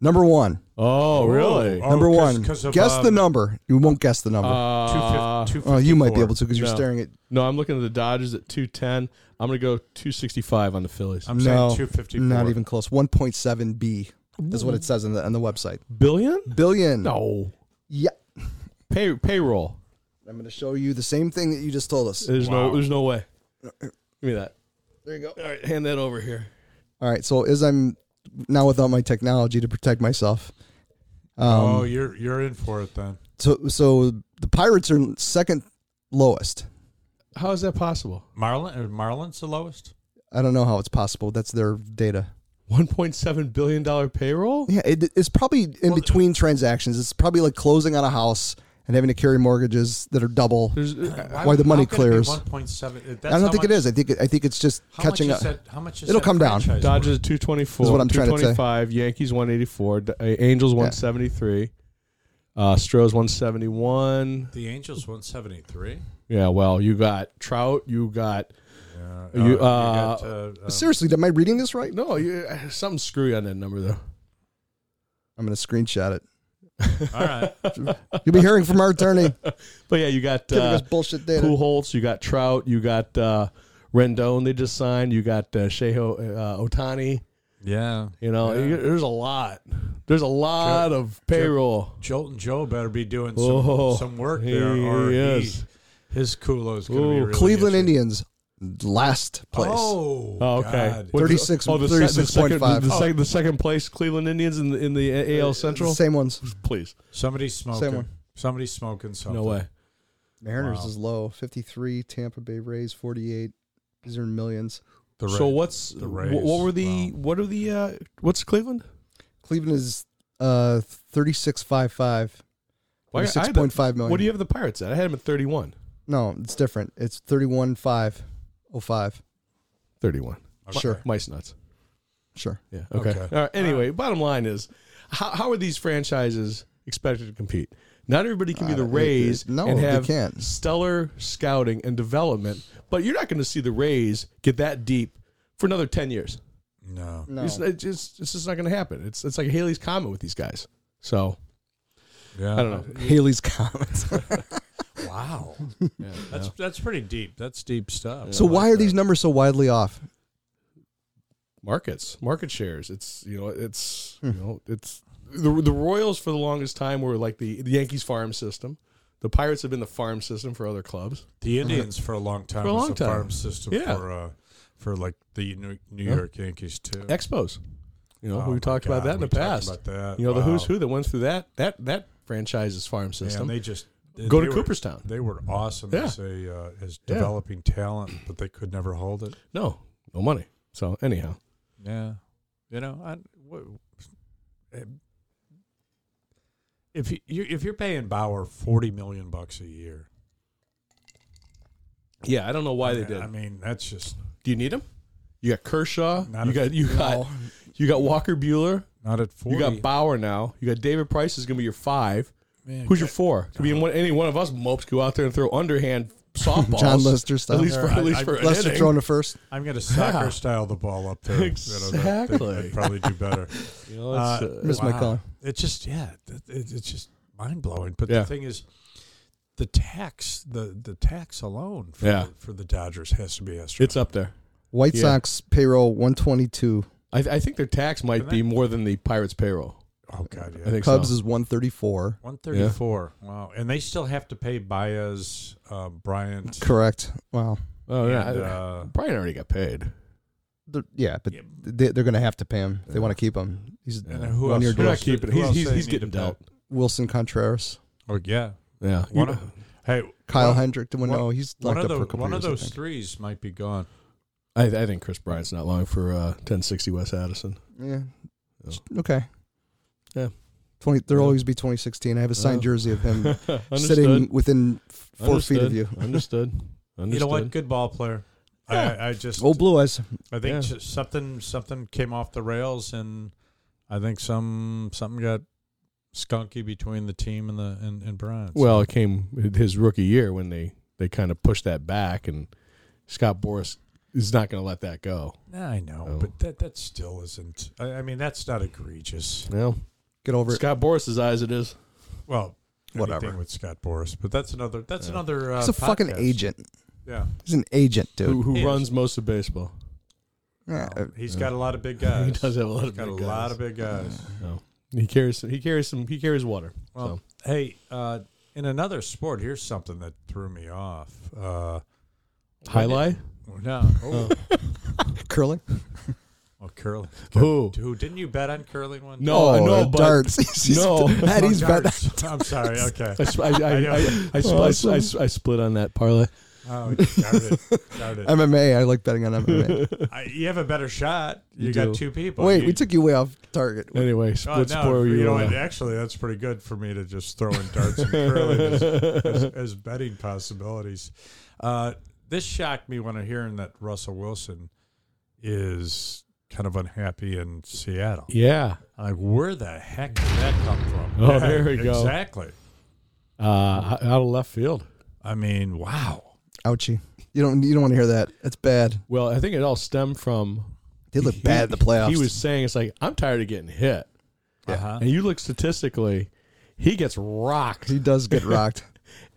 number one.
Oh, really?
Oh,
number
'cause-
one.
'cause of,
guess the
um,
number. You won't guess the number.
Uh,
250
oh, you might be
254.
able to because
No.
you're staring at.
no, I'm looking at the Dodgers at 210. I'm going to go 265 on the Phillies.
I'm
no,
saying 254.
not even close. 1.7 B is what it says on the on the website.
Billion?
Billion.
No.
Yeah.
Pay payroll.
I'm going to show you the same thing that you just told us.
There's
Wow.
no there's no way. Give me that.
There you go.
All right, hand that over here.
All right. So as I'm now without my technology to protect myself. Um,
oh, you're you're in for it then.
So so the Pirates are second lowest.
How is that possible?
Marlin uh, Marlin's the lowest.
I don't know how it's possible. That's their data.
1.7 billion dollar payroll?
Yeah, it, it's probably in between transactions. It's probably like closing on a house and having to carry mortgages that are double.
There's uh,
Why,
Uh, Why the money clears.
One point seven.
I don't think it is. I think it, I think it's just
How
catching
much
up.
is that, how much is
It'll
that
come down.
franchise
Dodgers
worth?
224,
Is what I'm trying to say.
225, Yankees 184, D- uh, Angels 173, uh, Stros 171.
The Angels one seventy three.
Yeah, well, you got Trout, you got
Yeah.
You, uh,
got, uh, um,
Seriously, am I reading this right?
no, you, uh, something screwy on that number though.
I'm going to screenshot
<laughs>
it.
all
<laughs>
right.
You'll be hearing from our attorney.
But yeah, you got
Giving
uh,
us bullshit data.
Pujols, you got Trout, you got uh, Rendon. They just signed. You got uh, Sheho uh, Otani.
Yeah.
You know,
Yeah.
you- there's a lot. There's a lot of payroll.
Jolton Joe better be doing some,
Oh,
some work
he
there, or
is.
he, his culo's going to
Ooh.
be really
Cleveland
itchy.
Indians, last place.
Oh,
Oh, okay,
God.
What's-
36
the se- the second-
36.5.
The, second, the second place Cleveland Indians in the, in the A- AL
It's the
Central.
same ones.
Please,
Somebody's smoking.
Same one.
Somebody's smoking something.
no way.
Mariners
Wow.
is low. 53. Tampa Bay Rays, 48. These are in millions.
The
So
Ra-
what's
the
wh-
Rays,
what were the
wow.
what are the uh, what's Cleveland?
Cleveland is uh, 36.55.
Why- I had the-
36.5 million.
What do you have the Pirates at? I had them at 31.
No, it's different. It's thirty-one five oh five.
31.
Okay.
Sure.
Mice nuts.
Sure.
Yeah. Okay.
Okay.
All right, anyway, bottom line is how, how are these franchises expected to compete? Not everybody can be
Uh,
the
it- it-
Rays
no,
and
they
have
can't.
stellar scouting and development, but you're not going to see the Rays get that deep for another 10 years.
No.
No.
It's, it's just it's just not going to happen. It's it's like Haley's comet with these guys. So
Yeah.
I don't know.
Haley's comments.
Wow.
Yeah,
That's that's pretty deep. That's deep stuff.
<laughs> so
I like
why are
that.
these numbers so widely off?
markets, market shares. It's you know it's
Hmm.
you know it's the the Royals for the longest time were like the, the Yankees farm system. The Pirates have been the farm system for other clubs.
The Indians for a long time
For a
was
long
a
time.
farm system
Yeah.
for uh, for like the New, New
Yeah.
York Yankees too.
Expos. You know
Oh my
we talked about
God,
that in
we
the
talked
past.
about that.
You know the
Wow.
who's who that went through that that that franchise's farm
Man,
system.
they just they-
Go
they
to
were-
Cooperstown.
They were awesome
Yeah.
as a uh, as
Yeah.
developing talent, but they could never hold it.
No, no money. So anyhow,
Yeah, you know, I, what, if you you- if you're paying Bauer forty million bucks a year,
yeah, I don't know why
I
they
mean-
did.
eh, I mean, that's just
Do you need him? You got Kershaw.
Not
you
a-
got you got you got Walker Bueller.
not at forty.
You got Bauer now. You got David Price is going to be your five.
Man,
Who's your four? Could
Uh-huh.
be in one, any one of us mopes go out there and throw
<laughs>
underhand softballs.
John Lester style.
At least for, at least for an
Lester
inning.
throwing to first.
I'm going to soccer
Yeah.
style the ball
<laughs>
up there. You know, that- that-
Exactly.
that'd probably
<laughs>
do better.
You know, it's,
Uh,
uh,
Miss my call.
It's just yeah, it, it, it's just mind blowing. But
Yeah.
the thing is, the tax the the tax alone for,
Yeah.
for the Dodgers has to be astronomical.
it's up there.
White
Yeah.
Sox payroll 122.
I, I think their tax might be more than the Pirates payroll.
oh god,
I
yeah,
think
Cubs
so.
is 134.
one thirty four. Wow, and they still have to pay Baez, uh, Bryant,
Correct. Wow.
Oh yeah,
and,
I-
uh,
Brian already got paid.
They're- yeah, but
Yeah.
they, they're going to have to pay him if they want to keep him. He's
and who
One
else?
year
who
They're not
else did-
keeping.
who
He's,
else
he's,
they
he's
need to
getting
pay?
dealt.
Wilson Contreras.
Oh yeah,
Yeah,
One
You-
of- hey,
Kyle
one-
Hendrick. Well, no,
one-
he's
One
locked
of
up for
those
a couple
one of
years, I
those
think.
threes might be gone.
I, I think Chris Bryant's not long for uh, 1060 West Addison.
Yeah.
Yeah.
Okay.
Yeah.
Twenty. There'll
Yeah.
always be 2016. I have a signed
Uh,
jersey of
<laughs>
him
Understood.
sitting within f- four feet of you.
Understood. Understood. Understood.
You know what? Good ball player. I I, I just
Old blue eyes.
I think
Yeah.
ju- something something came off the rails, and I think some something got skunky between the team and the and, and Bryant.
Well, it came his rookie year when they they kind of pushed that back, and Scott Boris is not going to let that go.
Yeah, I know,
Oh.
but that that still isn't. I, I mean, that's not egregious.
Well,
Get over it.
Scott Boris's eyes, it is.
Well,
Whatever.
anything with Scott Boris, but that's another. That's
Yeah.
another. Uh,
He's a fucking
podcast.
agent.
Yeah,
He's an agent,
Who,
dude.
who
He is.
runs most of baseball?
Yeah. uh,
Well, he's
Yeah.
got a lot of big
<laughs>
guys.
He does have a lot
He's
of
got
big
a
guys.
lot of big guys.
He carries. He carries some. He carries water.
Well, hey, uh, in another sport, here's something that threw me off. Uh,
Highlight.
<laughs> no, oh,
Curling.
oh, curling.
Who?
Who didn't you bet on curling one?
No, I know,
uh,
but-
darts. <laughs> He's-
No.
Matt,
Oh,
he's bad.
darts. I'm sorry. Okay.
<laughs> I, sp- I, I,
<laughs> I
I,
know.
I, split, I, s- I split on that
<laughs>
parlay.
Oh, darn it. Darn
<laughs>
it.
MMA. I like betting on
<laughs>
MMA.
I, you have a better shot. You,
You
got
do.
two people.
Wait,
You-
we took you way off target.
Anyway,
Oh,
split
no,
sport.
you,
You,
know,
uh,
what? actually, that's pretty good for me to just throw in darts and
<laughs>
curling as, as, as betting possibilities. Uh, this shocked me when I hearing that Russell Wilson is kind of unhappy in Seattle.
yeah.
I'm like, where the heck did that come from?
Oh, there we go.
Exactly.
Uh, out of left field.
I mean, wow.
Ouchie. You don't. You don't want to hear that. That's bad.
Well, I think it all stemmed from
They look
he-
bad in the playoffs.
He was saying it's like I'm tired of getting hit,
Uh-huh.
and you look statistically, he gets rocked.
He does <laughs> get rocked.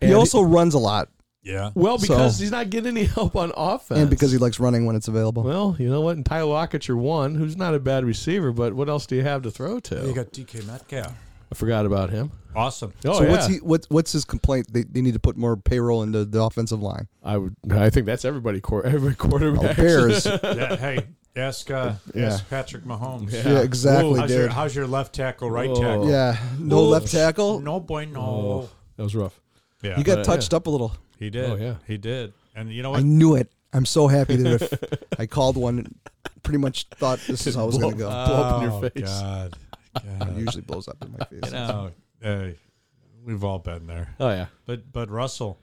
And
he
he-
also runs a lot,
Yeah.
Well, because
So-
he's not getting any <laughs> help on offense,
and because he likes running when it's available.
well, you know what? And Ty Lockett's your one, who's not a bad receiver, but what else do you have to throw to?
You got DK Metcalf.
I forgot about him.
Awesome.
Oh
so
yeah,
what's he? What, what's his complaint? They, they need to put more payroll into the offensive
<laughs>
line.
I would. I think that's everybody. Quar- <laughs> every
Oh,
quarterback. <laughs>
Bears.
yeah, hey, ask uh,
Yeah.
ask Patrick Mahomes.
Yeah.
yeah, exactly,
How's your,
dude.
how's your left tackle, right
Whoa.
tackle?
Yeah, no
Oops.
left tackle.
No boy, no.
Oh, that was rough.
Yeah,
you got
Yeah.
touched up a little.
he did.
Oh, yeah.
he did. And you know
I
what?
knew it. I'm so happy that if
<laughs>
I called one. and Pretty much thought this is how it was gonna
Blow-
go.
blow up in your
Oh,
face. <laughs>
God.
It
God.
usually blows up in my face.
You know, hey, we've all been there.
Oh yeah.
But but Russell,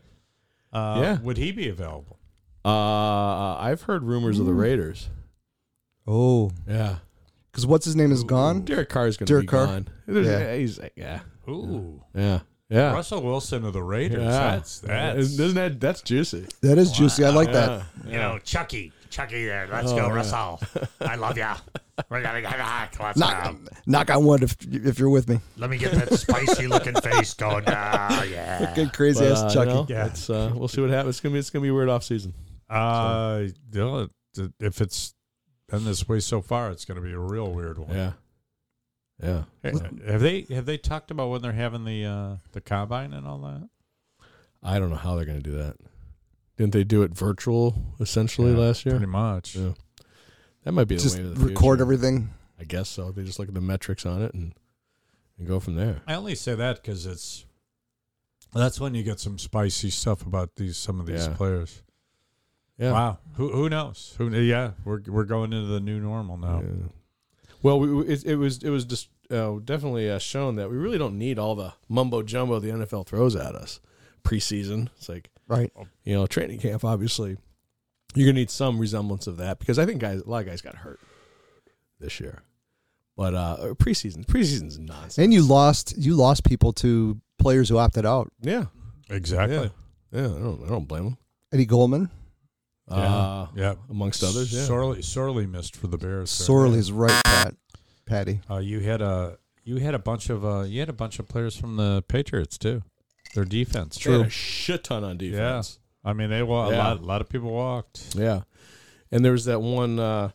uh,
Yeah.
would he be available?
Uh, I've heard rumors of the Raiders.
Hmm. Oh,
Yeah.
because what's his name is gone.
Derek Carr is going to
Derek
be
Carr?
gone. There's-
Yeah.
he's yeah,
Ooh,
yeah, yeah.
Russell Wilson of the Raiders.
Yeah.
That's that's
Isn't that that's juicy?
That is juicy. I like that.
Yeah.
You know, Chucky. Chucky there. Let's
Oh,
go,
yeah. <laughs>
Russell. I love ya. We gotta get ah, let's
Knock,
go.
knock on wood if, if you're with me.
Let me get that spicy looking face going. Ah, yeah.
Good crazy
But,
ass
uh, you
Chucky.
know,
Yeah.
it's, uh, we'll see what happens. It's gonna be it's gonna be a weird off season.
Uh, you know, if it's been this way so far, it's going to be a real weird one.
Yeah, yeah.
Have they have they talked about when they're having the uh, the combine and all that?
I don't know how they're gonna do that. Didn't they do it virtual essentially
Yeah,
last year?
Pretty much.
Yeah. That might be the
Just
way. Of the
record
future.
everything.
I guess so. They just look at the metrics on it and and go from there.
I only say that because it's that's when you get some spicy stuff about these some of these
Yeah.
players.
Yeah.
Wow. Who who knows? Who yeah, we're we're going into the new normal now.
Yeah. Well, we, we- it, it was it was just uh, definitely uh, shown that we really don't need all the mumbo jumbo the NFL throws at us. Preseason, it's like
Right.
you know training camp. Obviously, you're gonna need some resemblance of that because I think guys a lot of guys got hurt this year. But uh, preseason, preseason's nonsense.
And you lost you lost people to players who opted out.
yeah,
Exactly.
Yeah. yeah. I don't, I don't blame them.
Eddie Goldman
Yeah.
Uh,
yeah.
amongst others, yeah.
Sorely sorely missed for the Bears. there.
sorely is right, Pat. Patty.
Uh, you had a you had a bunch of uh, you had a bunch of players from the Patriots too. Their defense,
They had a shit ton on defense.
I mean, they wa- a
Yeah.
lot a lot of people walked.
Yeah. And there was that one uh,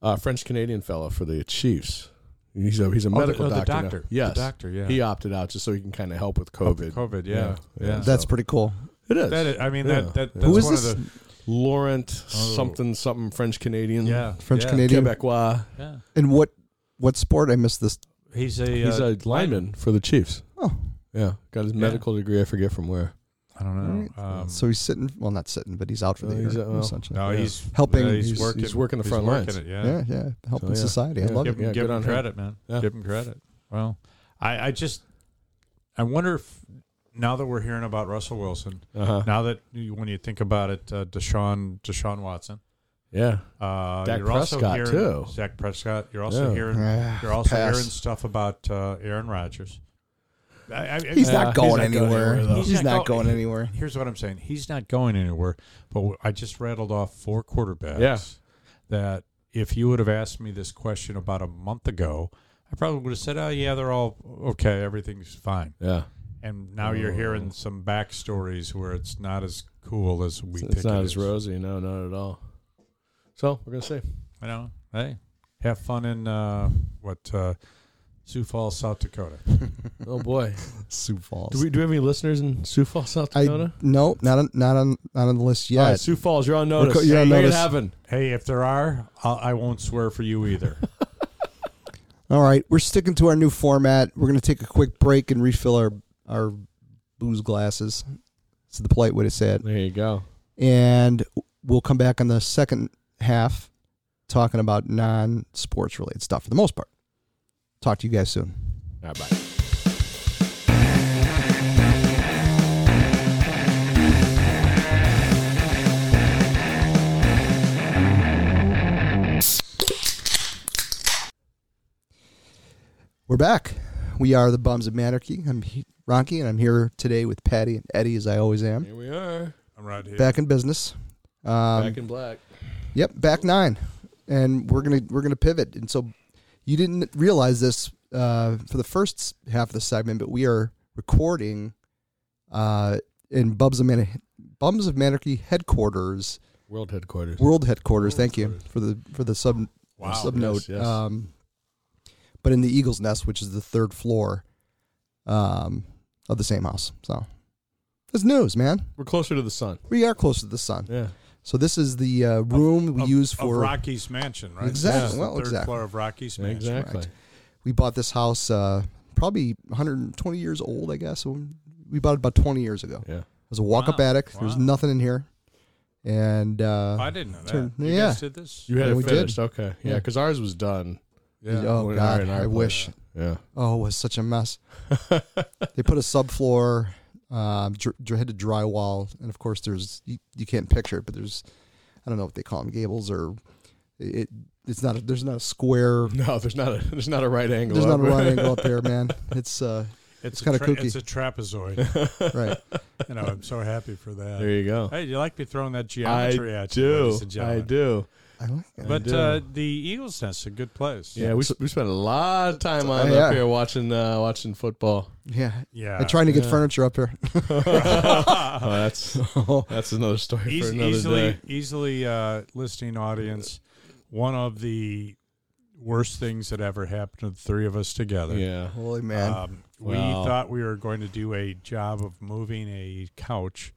uh, French Canadian fella for the Chiefs. He's a, he's a
Oh, the-
medical
oh, the
doctor. now.
doctor. The
Yes.
doctor, yeah.
He opted out just so he can kind of help with COVID.
COVID, yeah,
Yeah.
yeah.
That's pretty cool.
It is.
That is- I mean,
Yeah.
that, that that's
Who is
one
this
Of the,
Laurent
Oh.
something something French Canadian.
yeah,
French
yeah,
Canadian?
Quebecois.
Yeah,
And what what sport? I missed this.
he's a
He's
uh,
a lineman for the Chiefs.
Oh.
Yeah. Got his
Yeah.
medical degree. I forget from where.
I don't know. Um,
so he's sitting well not sitting, but he's out for the
Uh,
year.
he's out, well,
essentially.
no,
yeah.
he's
Helping-
uh, he's,
he's-
working.
he's working the front
working
lines.
it, yeah.
yeah, yeah. Helping
yeah.
society. I
Yeah.
love
Give
it.
him,
Yeah,
give
good
him
on him.
credit, man.
Yeah.
Give him credit. Well, I, I just I wonder if now that we're hearing about Russell Wilson,
Uh-huh.
now that you, when you think about it, uh, Deshaun Deshaun Watson,
Yeah.
uh,
Dak
you're also
Prescott,
hearing,
too.
Dak Prescott. You're also
Yeah.
hearing
Ah,
you're also
pass.
hearing stuff about uh, Aaron Rodgers. I, I,
He's
Yeah,
not
he's
going
not going
anywhere.
anywhere, though.
he's,
He's
not
not go-
going anywhere.
here's what I'm saying. He's not going anywhere. But w- I just rattled off four quarterbacks.
Yeah.
That if you would have asked me this question about a month ago, I probably would have said, "Oh yeah, they're all okay. Everything's fine."
Yeah.
And now you're
Oh.
hearing some backstories where it's not as cool as we think
It's not
it
as
is.
rosy. No, not at all. So we're going to see.
I know. Hey, have fun in uh, what uh, Sioux Falls, South Dakota.
Oh, boy.
<laughs> Sioux
<laughs>
Falls.
do, we, do we have any listeners in Sioux Falls, South Dakota?
I no, not on not on not on the list
All
yet.
right, Sioux Falls, you're on
We're
notice.
co- you're on
Make
notice.
it happen.
Hey, if there are, I'll, I won't swear for
<laughs>
you either.
All right, we're sticking to our new format. We're going to take a quick break and refill our our booze glasses. It's the polite way to say it.
There you go.
And we'll come back on the second half talking about non-sports related stuff for the most part. Talk to you guys soon.
All right, bye.
We're back. We are the Bums of Manarchy. I'm he- Ronky, and I'm here today with Patty and Eddie, as I always am.
Here we are.
I'm right here.
Back in business. Um,
Back in black.
Yep, back nine, and we're gonna we're gonna pivot. And so, you didn't realize this uh, for the first s- half of the segment, but we are recording uh, in Bubs of Man- Bums of Manarchy headquarters,
World headquarters.
world headquarters. Thank you for the for the sub
Wow.
sub note.
yes, yes.
Um, but in the Eagle's Nest, which is the third floor um, of the same house, so that's news, man.
We're closer to the sun.
We are close to the sun,
Yeah.
so this is the uh, room we
of,
use
of
for
Rocky's Mansion, right?
Exactly.
This is the
Well,
third
exactly.
floor of Rocky's Mansion.
Exactly.
right. we bought this house uh, probably 120 years old, I guess. So we bought it about 20 years ago. It
Yeah.
was a walk-up
Wow.
attic. There was
Wow.
nothing in here, and uh,
I didn't know that.
Turn-
You
yeah.
guys did this?
You had
Yeah, we
it
did.
finished. Okay. Yeah,
Yeah.
because ours was done.
oh
When
god,
in our
I
place.
wish.
Yeah. <laughs>
Oh, it was such a mess. they put a subfloor. Um, dr- dr- had to drywall, and of course, there's you, you can't picture it, but there's I don't know what they call them, gables or it. It's not a, there's not a square.
No, there's not a there's not a right angle.
There's not a
up. <laughs>
right angle up there, man. It's uh,
It's,
kinda
a
kooky.
It's a trapezoid.
<laughs>
right.
you know, I'm so happy for that.
There you go.
Hey, you like me throwing that geometry
I
at you,
do.
ladies and
I
gentlemen.
do.
I like it.
But
do.
uh, the Eagles Nest's a good place.
Yeah, we, s- we spent a lot of time on
yeah.
up here watching uh, watching
<laughs>
football.
yeah.
yeah.
I'm trying to get
Yeah.
furniture up here. <laughs> Oh,
Oh, that's that's another story
Eas-
for another
easily,
day.
easily uh, listening audience. One of the worst things that ever happened to the three of us together.
Yeah,
Holy man.
Um, we
Wow.
thought we were going to do a job of moving a couch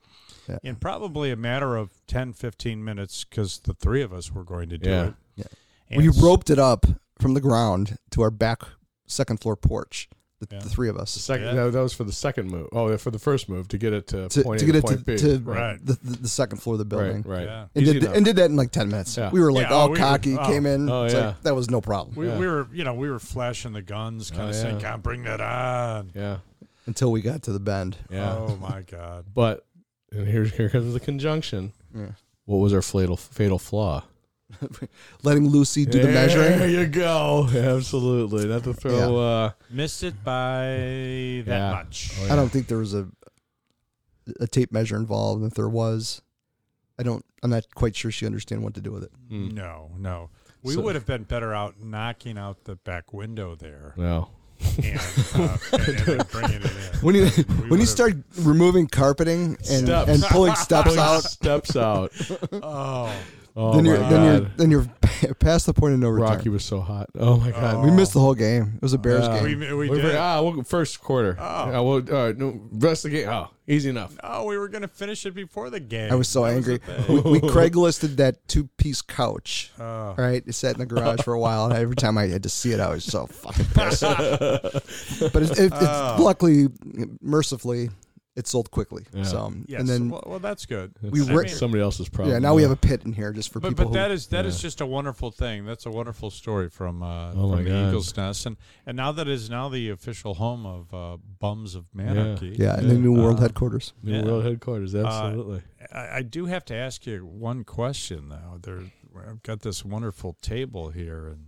Yeah.
in probably a matter of 10, 15 minutes because the three of us were going to do
Yeah.
it.
Yeah.
And
we
s-
roped it up from the ground to our back second floor porch, the,
Yeah.
the three of
The
us.
second
Yeah.
no, that was for the second move. Oh, yeah, for the first move to get it to,
To,
point
to
A
get it to,
point B.
to
Right.
the, the, the second floor of the building.
right, right.
Yeah.
And,
Easy
did,
enough.
and did that in like 10 minutes.
Yeah.
We were like
Yeah,
all
oh, we were-
cocky,
oh.
came in.
Oh,
it's
yeah.
like, that was no problem
We,
Yeah.
we were, you know, we were flashing the guns, kind
Oh,
of saying,
yeah.
"God, bring that on!"
yeah,
until we got to the bend.
yeah.
Oh my God!
But and here here comes the conjunction.
Yeah.
What was our fatal fatal flaw?
Letting Lucy do the
there
<laughs>
measuring.
you go. Absolutely. Not to throw.
Yeah.
Uh,
Missed it by that
Yeah.
much.
Oh,
I don't think there was a a tape measure involved. If there was, I don't. I'm not quite sure she understand what to do with it.
Mm.
No, no. We
So-
would have been better out knocking out the back
<laughs>
window there
no.
and, uh, and, and then bringing it in.
When you when you
would've-
start removing carpeting and,
Steps.
and
<laughs>
pulling steps
Pulling
out,
Steps
<laughs>
out.
Oh,
Oh
then you're
my
then you're
god.
then you're <laughs> past the point of no return.
Rocky was so hot. Oh my god.
We missed the whole game. It was a Bears
Yeah.
we,
game.
We
we
were,
did.
ah, well, first quarter.
Oh.
Yeah, well, all right, no, rest of the game. Oh, easy enough.
Oh, we were going to finish it before the game.
I was so
That
angry.
the
<laughs>
thing.
We,
<laughs>
we Craiglisted that two piece couch.
Oh.
All right, it sat in the garage for a while, and every time I had to see it, I was so fucking
<laughs>
pissed. but it, it, it,
Oh.
luckily, mercifully, it sold quickly.
Yeah.
So,
Yes.
and then
well, well, that's good.
We
It's
ra-
somebody else's problem.
yeah, now we have a pit in here just for
But
people.
but
who,
that is that is
yeah.
just a wonderful thing. That's a wonderful story from uh,
Oh, my
from the
God.
Eagles Nest, and and now that is now the official home of uh, Bums of Anarchy.
yeah, in the new
Uh-huh.
world
Uh,
headquarters. <laughs>
new
yeah.
world headquarters.
Uh,
Absolutely.
I, I do have to ask you one question though. There, I've got this wonderful table here, and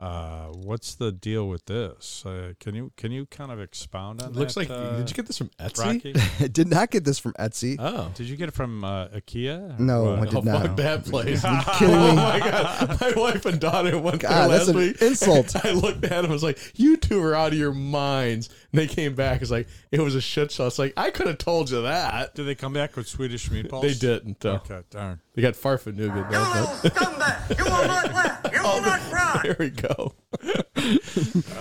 uh, what's the deal with this? Uh, can you can you kind of expound on?
It looks like.
that, uh,
did you get this from Etsy?
Rocky?
<laughs>
I did not get this from Etsy.
Oh.
Did you get it from uh, IKEA? or
No,
what?
I did
Oh,
not.
fuck that
<laughs>
place. <laughs> oh
kidding me?
my god. My wife and daughter went there
God,
last
that's an
week.
insult.
<laughs> I looked at him and was like, You two are out of your minds. And they came back. It's like, it was a shit show. It's like, I could have told you that.
Did they come back with Swedish meatballs?
They didn't though.
Okay, darn.
They got farfanugel
You little
though.
scumbag! You will not laugh!
<laughs>
You
Oh,
will not
but- <laughs>
cry!
There we go.
Oh,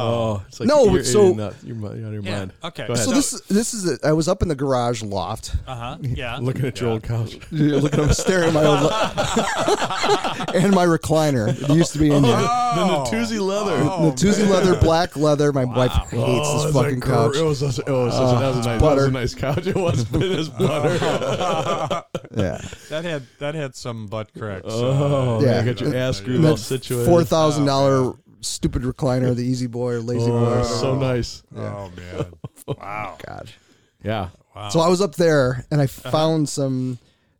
Oh, it's like
No,
you're
so-
eating up. You're, mi- you're out of your
Yeah,
mind.
okay.
Go ahead.
So this this is a, I was up in the
<laughs>
garage loft,
uh
<laughs>
huh. Yeah.
looking at your
Yeah.
old couch.
looking up, staring at my old lo- <laughs> and my recliner. It used to be in there.
Oh.
The Natuzzi leather.
The Tuesday leather, black leather. My wife hates
Oh,
this
it's
fucking
like gr-
couch.
It was, such- it was such- that, was a nice, that was
butter.
a nice couch. It was, it was
Oh.
butter.
Yeah,
That had that had some butt cracks.
Oh,
uh,
yeah.
Yeah.
I got your ass screwed
And
all
that
situated.
four thousand dollar stupid recliner, the Easy Boy or Lazy Boy.
Oh,
or
so nice.
Oh man. Wow.
God.
Yeah.
Wow.
So I was up there and I
Uh-huh.
found some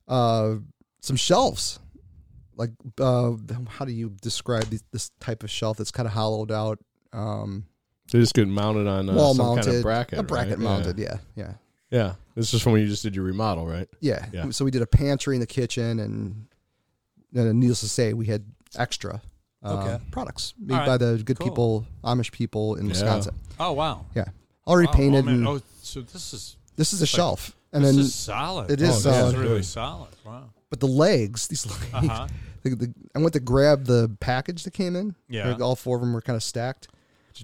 uh, some shelves. Like uh, how do you describe these, this type of shelf that's kind of hollowed out, um,
They just get mounted on uh,
wall
some
mounted,
kind of bracket.
a
right?
bracket mounted, yeah, yeah,
Yeah. yeah. This is from when you just did your remodel, right?
yeah,
Yeah.
So we did a pantry in the kitchen, and, and needless to say, we had extra uh,
Okay.
products made
All right.
by the good
Cool.
people, Amish people in
Yeah.
Wisconsin.
Oh wow.
Yeah, already
Wow,
painted.
oh, man.
and
oh, so this is
this is a shelf, and
this
then
is solid. Oh,
it is
this
solid.
really
Good.
solid. Wow.
but the legs, these <laughs> legs,
Uh-huh.
the, the, I went to grab the package that came in.
Yeah.
Like, all four of them were kind of stacked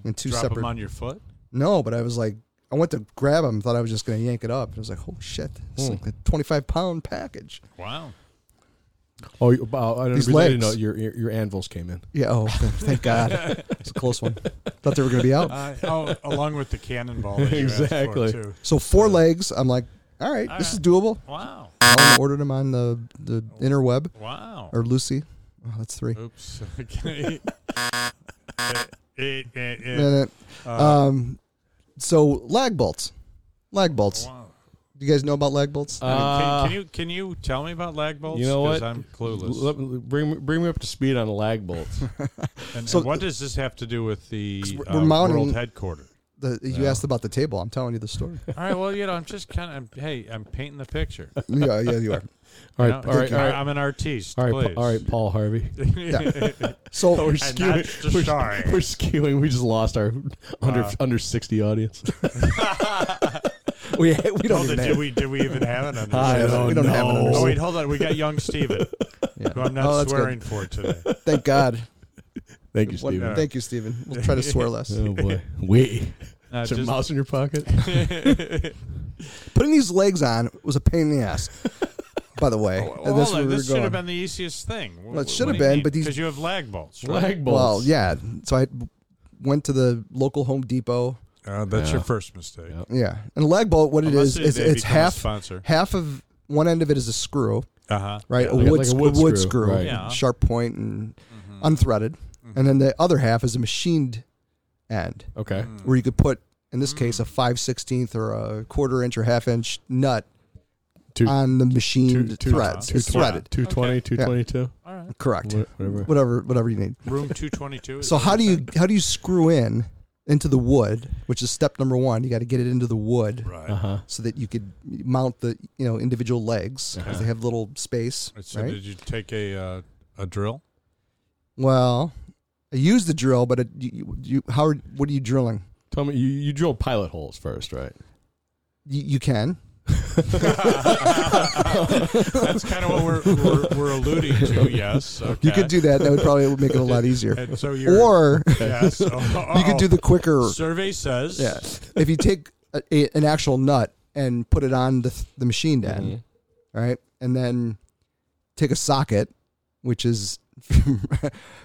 in two
Drop
separate.
them on your foot.
no, but I was like, I went to grab them, thought I was just going to yank it up. And I was like, oh shit,
Hmm.
it's like a 25 pound package.
Wow.
Oh, you, wow, I
These
didn't really
legs.
know your, your, your anvils came in.
Yeah, oh,
<laughs>
th- thank God. It's a close one. Thought they were going to be out.
Uh,
<laughs>
oh, along with the cannonball. That you asked for,
Exactly.
too.
So four legs. I'm like, all right,
All
this
right.
is doable.
Wow.
I ordered them on the, the interweb
Wow.
or Lucy. Oh, that's three.
Oops. <laughs>
<laughs>
Okay. it, it, it,
Minute.
uh,
Um, so lag bolts. Lag bolts.
wow. Uh,
Do you guys know about lag bolts?
Can, can you can you tell me about lag bolts?
Uh, you know
'Cause
what?
I'm clueless.
Let me- bring, me- bring me up to speed on lag bolts.
and,
so-
and what does this have to do with the
'Cause we're-
uh,
we're mounting-
world headquarters?
the you
Yeah.
asked about the table. I'm telling you the story.
All right. Well, you know, I'm just kind of. Hey, I'm painting the picture. You
yeah, yeah, you are.
<laughs> All
know?
right, all right, all right,
I'm an artiste.
all right,
please.
Pa- all
<laughs>
right, Paul Harvey.
Oh,
So <laughs>
We're
And
skewing.
that's the story.
<laughs> We're skewing. We just lost our under under sixty
<laughs>
audience. we we
Well,
don't
then
even
did
have,
we did we even have
<laughs>
an
I
understanding?
don't
we don't have an
know.
Oh
understanding.
wait, hold on. We got young Steven,
Yeah.
who I'm not
Oh, that's good.
swearing for
<laughs>
today. <laughs>
Thank God.
Thank you,
What-
Steven.
thank you, Stephen. We'll try to swear less.
Oh
<laughs>
boy, we.
Uh,
Is there a
just-
mouse in your pocket?
Putting these legs on was a pain in the ass. By the way,
Well,
And that's
hold
where
on,
we
this
were
should
going.
have been the easiest thing.
Well, it should have been, but these-
because you have lag bolts. Right?
Lag
well,
bolts.
yeah. So I went to the local Home Depot.
Uh, that's your
Yeah.
first mistake.
Yep.
Yeah, and leg bolt. What it
Unless
is,
they-
is
they
it's
become a
half
sponsor.
half of one end of it is a screw,
Uh huh.
right? a,
like a-
wood,
like a
sc-
wood
wood
screw,
screw,
right.
Yeah.
sharp point and
Mm-hmm.
unthreaded, and then the other half is a machined end
Okay.
Mm-hmm.
where you could put, in this case, a five sixteenth or a quarter inch or half inch nut
Two-
on the machined
two-
threads.
two-
it's threaded,
Two twenty, two
Yeah.
twenty two.
All right.
correct?
Whatever.
Whatever, whatever you need.
Room two twenty two.
So how do you how do you screw in into the wood, which is step number one? You got to get it into the wood
Right.
Uh huh.
so that you could mount the you know individual legs 'cause they have little space,
So
right?
did you take a uh, a
<laughs>
drill? <laughs>
Well, I used the drill, but it, you, you, how are, what are you drilling?
Tell me, you, you drill pilot holes first, right?
<laughs> You, you can.
That's kind of what we're, we're we're alluding
<laughs>
to. Yes. Okay.
You could do that. That would probably make it a lot easier.
And so you're,
Or <laughs>
yes.
you
Oh.
could do the quicker.
<laughs> Survey says.
Yeah. If you take a, a, an actual nut and put it on the, th- the machine end,
Mm-hmm.
right? And then take a socket, which is <laughs>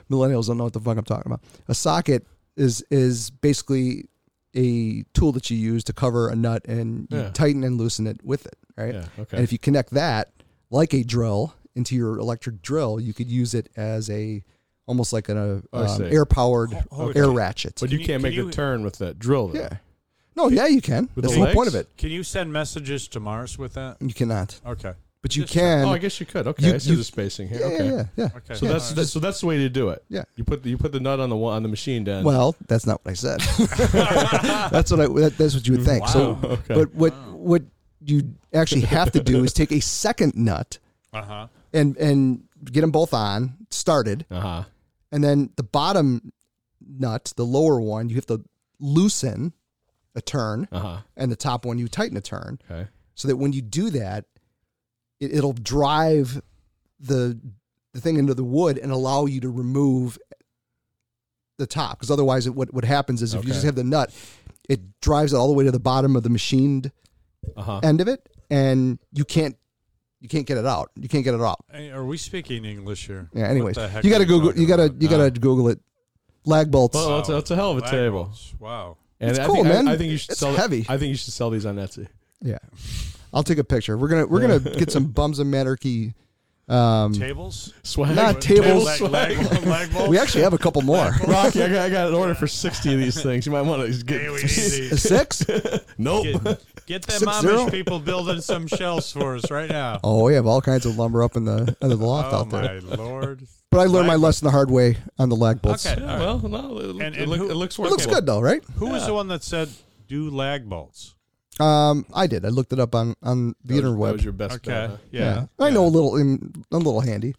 millennials don't know what the fuck I'm talking about. A socket is is basically a tool that you use to cover a nut and you
Yeah.
tighten and loosen it with it, right?
Yeah.
And
Okay.
if you connect that like a drill into your electric drill, you could use it as a almost like an uh,
I see.
air powered
Oh,
air
okay.
ratchet.
but you
Can you-
can't make
can
the
you-
turn with that drill. Though.
Yeah. No, yeah, you can.
With
That's
the
the whole point
legs?
of it.
Can you send messages to Mars with that?
You cannot,
Okay.
but you
Just-
can.
Oh, I guess you could. Okay,
You-
I see
you-
the spacing here.
yeah,
okay.
yeah, yeah, yeah.
Okay.
So that's that, so that's the way to do it.
Yeah.
You put the, you put the nut on the wa- on the machine down.
Well, that's not what I
<laughs>
said. that's what I. That, that's what you would think. So,
Wow.
Okay.
but what what you actually have to do is take a second nut
Uh
Uh-huh.
huh.
and and get them both on started,
Uh huh.
and then the bottom nut, the lower one, you have to loosen a turn,
Uh huh.
and the top one you tighten a turn,
Okay.
so that when you do that, it, it'll drive the the thing into the wood and allow you to remove the top. Because otherwise, it, what what happens is if you
Okay.
just have the nut, it drives it all the way to the bottom of the machined
Uh huh.
end of it, and you can't you can't get it out. You can't get it out.
Hey, Are we speaking English here?
Yeah.
What
Anyways,
the heck
you
are
gotta
we
Google.
talking
You gotta
about?
you gotta Google it. Lag bolts.
Well, it's, a, it's a hell of a
Lag
table.
bolts. Wow.
And
It's
I
cool,
think, I-
man.
I, think you should
It's
sell.
heavy.
I think you should sell these on Etsy.
yeah, I'll take a picture. We're gonna we're
<laughs>
gonna get some bums and manarchy. Um,
Tables.
Swag.
Not table Tables.
Lag,
<laughs>
lag, lag bolts.
we actually have a couple more.
Rocky, I got, I got an order for sixty of these things. You might want to
Hey,
get.
<laughs>
we need these.
Six?
<laughs> Nope.
Get, get them
Six
Amish
zero?
people building
<laughs>
some shelves for us right now.
Oh, we have all kinds of lumber up in the under the loft
Oh
out there.
my
<laughs>
lord!
But I learned my lesson the hard way on the lag bolts.
Okay,
It
all right.
Well, no, it,
And-
it
and
look-
who-
it looks
It
workable.
looks good though, right?
Who was the one that said do lag bolts?
Um, I did. I looked it up on on the
That was-
interweb.
That was your best
Okay,
bet, huh?
yeah,
I know a little. I'm I'm a little handy.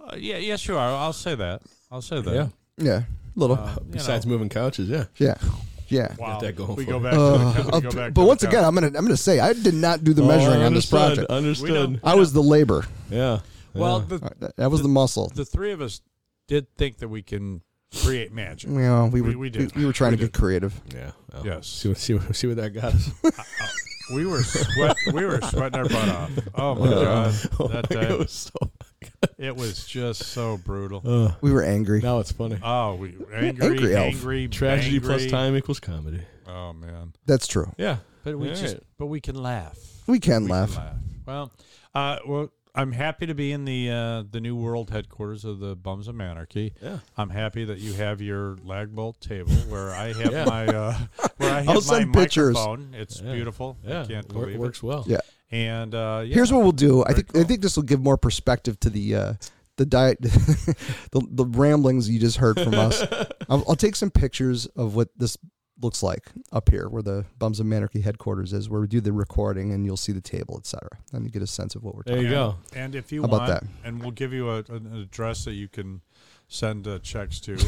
Uh, yeah, yes, you are. I'll say that. I'll say that.
Yeah.
Yeah, little.
Uh, you
Besides
know.
moving couches, yeah.
yeah,
<laughs>
yeah.
wow,
that going
we
for
go
you.
back.
Uh,
to the, we go
I'll-
back
but
to
once
the Oh,
again, I'm gonna I'm gonna say I did not do the measuring on this project.
Uh,
Understood.
I was the labor.
Yeah.
well,
yeah.
the,
All right, that- That was the muscle.
the three of us did think that we can create magic.
you know, we were
we-
we,
we did.
we, were trying
We
to get creative.
yeah. well,
Yes.
See, what- see, what- see what that got <laughs> us.
We were sweat, we were sweating our butt off. Oh
<laughs>
my god,
Oh
that uh,
my God, <laughs> it
day
was so-
it was just so brutal.
Uh,
We were angry.
now it's funny.
Oh, we angry,
Angry
angry,
elf.
Tragedy plus
bangry.
time equals comedy.
Oh man,
That's true.
Yeah.
but we
All
just
right.
but we can laugh.
We can
We
laugh.
can Well, uh, well, I'm happy to be in the uh, the new world headquarters of the Bums of Anarchy.
Yeah.
I'm happy that you have your lag bolt table where I have
Yeah. <laughs>
my uh, where I have
I'll
my
send pictures.
microphone. It's beautiful.
Yeah.
I can't
Wor-
believe
works well.
Yeah.
it. And uh, yeah.
Here's what we'll do. I
Very
think I
cool.
think this will give more perspective to the uh, the diet,
<laughs>
<laughs> the, the ramblings you just heard from us. I'll, I'll take some pictures of what this looks like up here, where the Bums of Anarchy headquarters is, where we do the recording, and you'll see the table, etc. And you get a sense of what we're.
There you go.
And if you
How about
want,
that?
and we'll give you a, an address that you can send uh, checks to uh,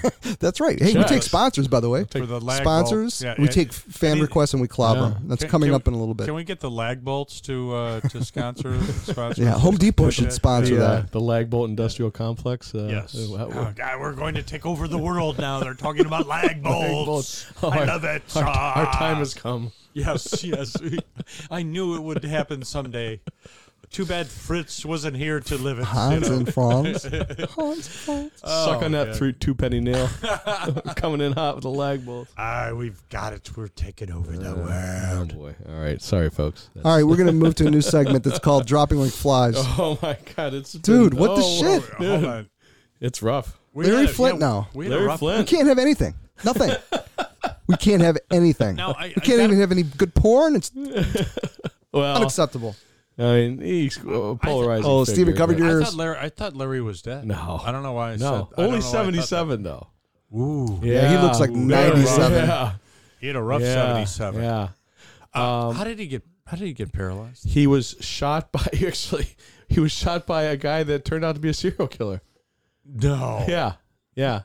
talking That's right. Hey, we
Sure.
take sponsors, by the way.
for
<laughs>
the lag bolt.
Sponsors.
Yeah,
we
and-
take fan
and-
requests and we clob
Yeah.
them. That's
Can-
coming
can
up in a little bit.
Can we get the lag bolts to uh, to
<laughs>
sponsor? sponsor
yeah,
us?
Home Depot should
Yeah.
sponsor
The, uh,
that.
the Lagbolt Industrial Complex. Uh,
Yes.
uh, how-
Oh, God, we're going to take over the world now. They're talking about
<laughs>
lag bolts.
Oh,
I
our-
love it.
Our, our
Ah.
time has come.
<laughs> Yes, yes. <laughs> I knew it would happen someday. Too bad Fritz wasn't here to live it.
Hans and
<laughs>
Franz. Hans and Franz.
Suck on that
God.
through two penny nail. <laughs> Coming in hot with a lag bolt.
Ah, we've got it. We're taking over the
<laughs>
Oh
world.
boy. All right. Sorry, folks.
All right, we're going to move to a new segment that's called Dropping Like <laughs> Flies.
<laughs> Oh my god, it's been-
Dude, what the
oh,
shit?
Hold on.
It's rough.
We
Larry
had a-
Flint
yeah,
now.
We had a
Larry
rough-
We
Flint.
can't have anything. Nothing. we can't have anything.
Now, I-
we
I
can't
gotta-
even have any good porn. It's
Well,
unacceptable.
I mean, he's a polarizing.
Oh,
figure,
Steven covered
but-
I
your-
thought Larry. I thought Larry was dead.
No.
I don't know why. I said,
No,
I don't know why I
only
thought
seventy-seven though.
that. Ooh,
Yeah,
he looks like
Ooh,
97.
Yeah,
he had a rough
yeah,
seventy-seven. Uh,
Yeah,
how did he get? How did he get paralyzed?
he was shot by <laughs> actually. He was shot by a guy that turned out to be a serial killer.
<laughs> No.
Yeah, yeah,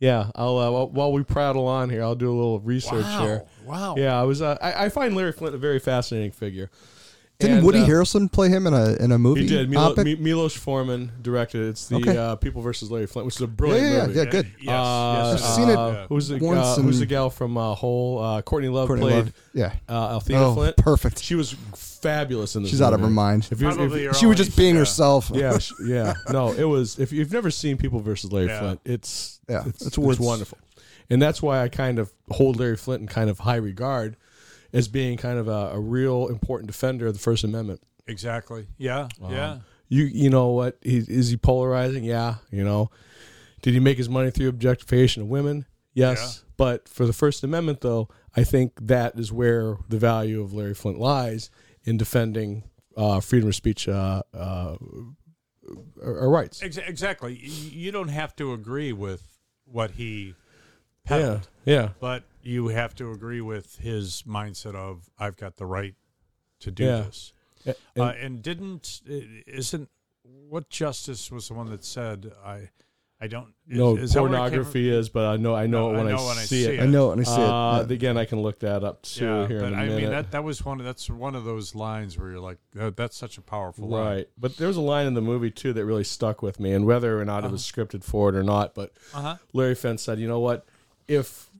yeah. I'll uh, while- while we prattle on here, I'll do a little research here.
Wow. Wow.
Yeah, I was. Uh, I, I find Larry Flint a very fascinating figure.
Didn't
And,
Woody
uh,
Harrelson play him in a in a movie?
He did. Milo,
Opic?
Mi- Milos Forman directed. it. It's the
Okay.
uh, People versus Larry Flint, which is a
yeah,
brilliant
yeah, yeah,
movie.
yeah, good.
Yes. yes,
I've
uh,
seen it
yeah.
Who's the
once
uh, who's the
and-
gal from uh, Hole? Uh, Courtney Love
Courtney
played
Love. Yeah.
Uh, Althea
Oh,
Flint.
perfect.
She was fabulous in this.
She's out of her
movie.
mind.
If you- if-
Probably her
She
only-
was just being
yeah.
herself.
yeah, sh- yeah. No, it was. If you've never seen People versus Larry
Yeah.
Flint, it's
Yeah,
it's,
it's
it's,
worth-
wonderful, and that's why I kind of hold Larry Flint in kind of high regard as being kind of a, a real important defender of the First Amendment.
Exactly. Yeah. Yeah.
You you know what? He, is he polarizing? Yeah. You know, did he make his money through objectification of women? Yes. But for the First Amendment, though, I think that is where the value of Larry Flint lies in defending uh, freedom of speech uh, uh, or, or rights.
Ex- exactly. Y- You don't have to agree with what he
Yeah.
peddled,
Yeah.
but you have to agree with his mindset of "I've got the right to do
Yeah.
this."
Yeah,
And, uh, and didn't i- isn't what justice was the one that said I I don't is,
no,
is that where it came
pornography is, but I know I know
No,
it when
I
I,
know when I
see
see
it.
it.
I know, and I see
Uh,
it. Yeah.
Again, I can look that up too
from? Yeah,
here
but
in a
I
minute.
mean that that was one of, that's one of those lines where you're like "Oh, that's such a powerful line.
Right. But there was a line in the movie too that really stuck with me, and whether or not it was scripted for it or not, but
Uh-huh.
Larry Fentz said, "You know what? If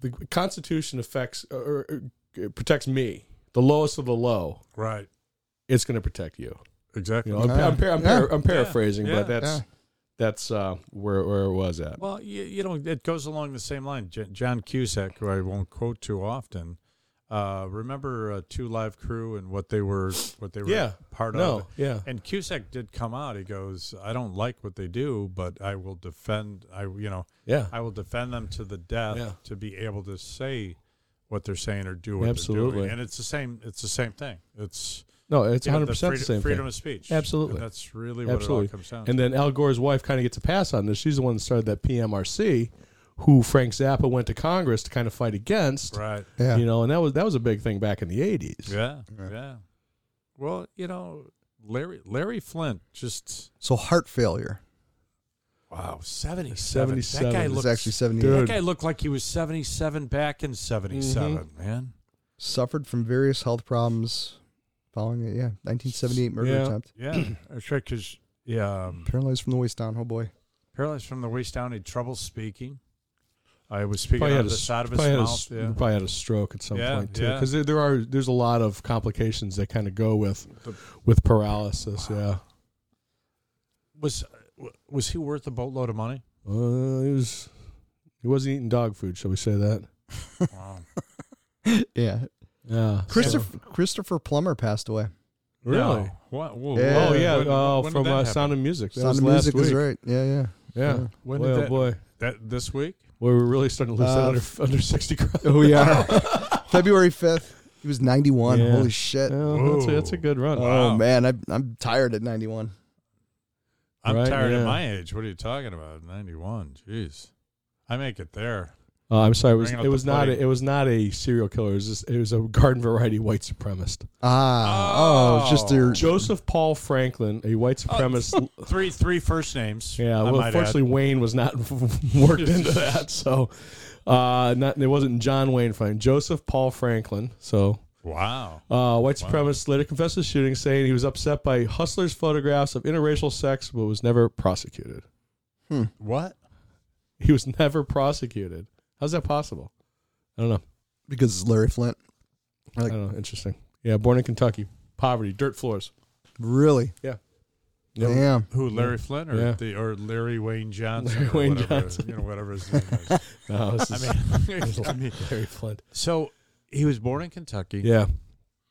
the Constitution affects or, or, uh, protects me, the lowest of the low,
Right.
it's going to protect you."
Exactly.
You know, I'm,
Yeah.
I'm, par- I'm, par- I'm paraphrasing,
Yeah.
but that's that's uh, where where it was at.
Well, you, you know, it goes along the same line. J- John Cusack, who I won't quote too often, uh, remember uh, Two Live Crew and what they were, what they were
Yeah.
part
No,
of.
yeah.
And Cusack did come out. He goes, "I don't like what they do, but I will defend. I, you know,
Yeah.
I will defend them to the death
Yeah.
to be able to say what they're saying or do what they're
Absolutely.
doing. And it's the same. It's the same thing. It's
No, it's
you know,
100
the
percent the
freedom-
same
freedom
thing.
of speech.
Absolutely.
And that's really what
Absolutely.
it all comes down. to.
And then Al Gore's wife kind of gets a pass on this. She's the one that started that PMRC, who Frank Zappa went to Congress to kind of fight against. <laughs>
right.
Yeah.
You know, and that was that was a big thing back in the 80s.
Yeah, yeah. Well, you know, Larry Larry Flint just
So heart failure.
wow, 77.
77.
That guy
It
It was
looked
actually 78.
Dude.
That guy looked like he was 77 back in 77,
Mm-hmm.
man.
Suffered from various health problems following it. Yeah. 1978 murder
Yeah.
attempt.
Yeah.
<clears throat>
That's right cuz yeah, um,
Paralyzed from the waist down. Oh boy.
paralyzed from the waist down, he had trouble speaking. I was speaking
Probably
out
had,
of
a,
the
s-
side of his
probably, had a s-
mouth. yeah.
probably had a stroke at some
Yeah,
point too,
yeah.
because there, there are there's a lot of complications that kind of go with
The-
with paralysis.
Was was he worth a boatload of money?
Yeah, uh, he was he wasn't eating dog food. Shall we say that? <laughs>
Wow.
Yeah.
Yeah,
Christopher Christopher Plummer passed away.
So- really?
No. What? Whoa,
Yeah.
whoa.
Oh yeah,
When-
uh,
when did
from
that
uh,
happen?
Sound of Music. That
Sound
was
of
last
Music is
week.
right. Yeah, yeah.
Yeah.
Yeah.
When
boy,
did
oh,
that-
boy,
That this week?
boy, we're really starting to lose
Uh,
that under <laughs> under sixty grand.
Oh yeah. <laughs> February 5th. He was 91.
Yeah.
Holy shit.
Yeah, that's, a, that's a
Whoa. Uh,
good run.
Wow.
Oh man, I, I'm tired at 91.
I'm
Right,
tired
yeah.
at my age. What are you talking about? 91. Jeez. I make it there.
Uh, I'm sorry. It was
Bring out
it
the
was not a,
pudding.
it was not a serial killer. It was just, it was a <laughs> garden variety white supremacist.
Ah, oh, it's just their
Joseph Paul Franklin, a white supremacist.
<laughs> Three three first names.
yeah.
Oh, I
Well,
might add.
fortunately, Wayne was not <laughs> worked
<laughs>
into that. So, uh, not it wasn't John Wayne Franklin. Joseph Paul Franklin. So
Wow.
Uh, white supremacist later confessed to the shooting, saying he was upset by hustlers' photographs of interracial sex, but was never prosecuted.
What?
He was never prosecuted. How's that possible? I don't know.
because it's Larry Flint.
I don't know. Interesting. Yeah, born in Kentucky, poverty, dirt floors.
Really?
Yeah.
Yeah.
Yep.
Who? Larry Flint or
Yeah.
the or Larry Wayne Johnson?
Larry
or
Wayne
whatever,
Johnson.
You know whatever his name is.
No, Oh, this
I
is
mean, <laughs> I
<laughs>
mean,
Larry Flint.
so he was born in Kentucky.
Yeah,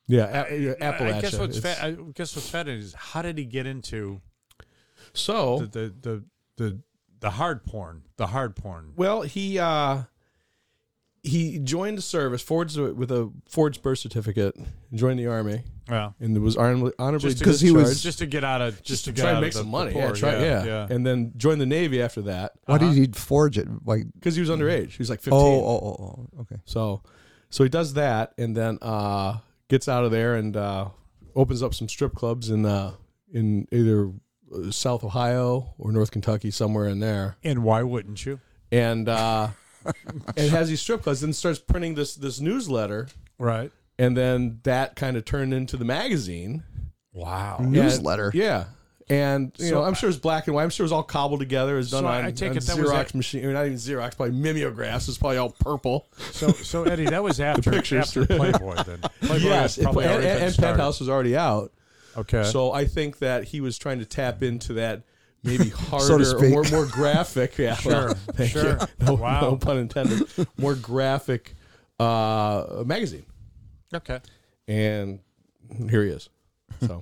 yeah. A- yeah,
I-
Appalachia.
I guess what's
It's-
fa- I guess what's fascinating is how did he get into
so
the the the, the the hard porn, the hard porn.
Well, he uh, he joined the service, forged a- with a forged birth certificate, joined the army,
Well,
and was honorably, honorably
just to-
discharged.
he was-
just to get out of just,
just to
get
try
out
and
of
make
the-
some
the
money.
poor,
yeah, that's right. Yeah.
yeah.
and then joined the navy after that
Why did he forge it? Like,
because he was
Mm-hmm.
underage. He was like
oh,
fifteen.
oh, oh, oh, okay.
So, so he does that, and then uh, gets out of there and uh, opens up some strip clubs in uh, in either uh, South Ohio or North Kentucky, somewhere in there,
And why wouldn't you?
and uh, and has these strip clubs, and starts printing this this newsletter,
Right.
and then that kind of turned into the magazine.
Wow.
Yeah.
Newsletter.
Yeah. And you
So
know, I'm sure it's black and white. I'm sure it was all cobbled together. It was done
So I-
on,
I take
on
it that was
Xerox
ac-
machine. Not even Xerox, probably mimeographs. It's probably all purple.
So so Eddie, that <laughs> was after
pictures.
after Playboy <laughs> then. Playboy
yes,
had
it- and,
probably
and,
already been
and
started.
Penthouse was already out.
Okay.
So I think that he was trying to tap into that
<laughs>
maybe harder or
speak.
more, more graphic. Yeah,
<laughs> Sure,
thank you.
sure.
No,
Wow.
no pun intended. More graphic uh, magazine,
okay.
and here he is.
<laughs>
So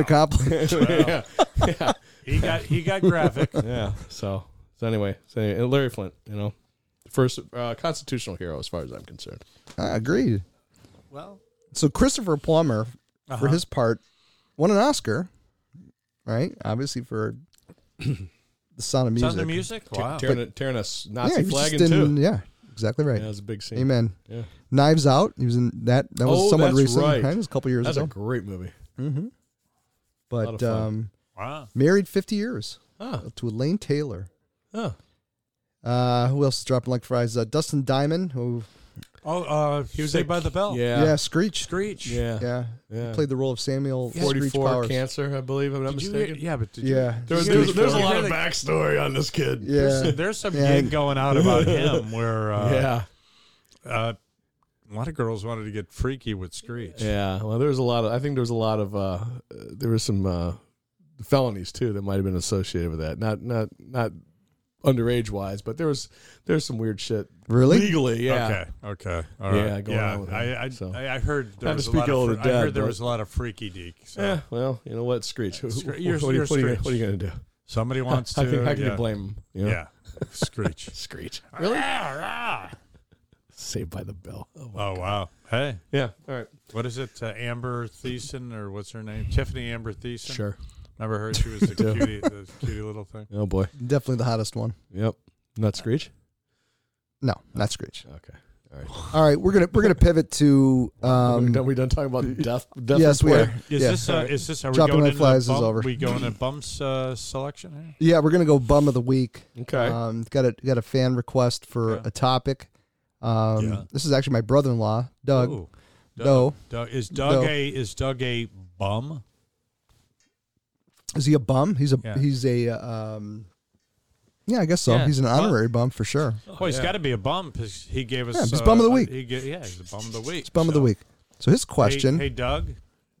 <laughs>
accomplished.
yeah, yeah,
He got he got <laughs> graphic.
yeah. So so anyway, so and Larry Flint, you know, first uh, constitutional hero as far as I'm concerned.
I agreed.
well,
So Christopher Plummer, for his part, won an Oscar, right? Obviously for the sound of music.
sound of music. Wow.
Tearing, a, tearing a s-
Yeah,
Nazi
he was
flag in
just in-
two.
yeah, exactly right.
Yeah, that was a big scene.
Amen.
Yeah.
Knives Out. He was in that. That was
Oh,
somewhat
that's
recent.
right.
It was a couple years
That's a
ago.
great movie. lot of
but
fun.
um,
Wow.
married 50 years
Ah,
to Elaine Taylor.
ah.
Uh, who else is dropping like fries? Uh, Dustin Diamond, who
Oh, uh, he
Saved
was Saved by the Bell.
Yeah.
yeah, Screech.
Screech.
Yeah.
Yeah.
Yeah.
played the role of Samuel Screech
44
Powers.
cancer, I believe, if I'm not
Did you-
mistaken.
yeah, but did
Yeah,
You,
There-
did you
there's,
hear
there's a
the-
lot of
did you hear
backstory on this kid.
the-
yeah.
There's some
Yeah.
gig going
<laughs>
out about him where uh,
yeah.
uh, a lot of girls wanted to get freaky with Screech.
Yeah. Well, there was a lot of, I think there was a lot of, uh, uh, there was some uh, felonies too that might have been associated with that. Not, not, not underage wise, but there was, there's some weird shit.
Really?
Legally, yeah.
Okay. Okay. All right.
Yeah, going on with him,
I, I,
so.
I, I heard there
Not to
was a
speak
lot
ill
of.
of
fr-
the
I
dead,
heard there
but-
was a lot of freaky deek. So
Yeah. Well, you know what? Screech. Who- who-
Screech.
who-
You're-
<laughs> what,
you're
are you,
Screech.
going to do?
somebody wants
<laughs>
to.
I think, how can
yeah.
you blame him? You know?
Yeah. <laughs> Screech.
Screech.
really? Oh
Saved by the bell. Oh,
wow. Hey,
yeah. All right.
what is it? Uh, Amber Thiessen or what's her name? Tiffany Amber Thiessen.
Sure.
Remember her? She
<laughs>
was the cutie, the cutie little thing.
Oh, boy.
Definitely the hottest one.
Yep. Not Screech?
No, not Screech.
Okay. All right.
<sighs> All right, we're gonna we're gonna pivot to
Are we
um,
done, we done talking
<laughs>
about death? death
yes, we
report?
are.
Is
yeah.
this? Uh, is this? Are we
Dropping
going
Like
into
Flies is
bump,
over.
We going to bumps uh, selection here?
yeah, we're gonna go bum of the week.
Okay.
Um, got a got a fan request for
Yeah.
a topic. Um,
Yeah.
This is actually my brother-in-law, Doug.
Oh.
Ooh. Doug,
Uh, No.
Doug, is Doug
No.
a is Doug a bum?
Is he a bum? He's a
Yeah.
he's a um, yeah, I guess so.
Yeah.
He's an honorary bum for sure.
Oh, he's
yeah.
got to be a bum because he gave us.
Yeah, he's bum of the week.
He ga- yeah, he's a bum of the week.
It's bum of the
so.
week. So his
Hey-
question.
Hey, Doug.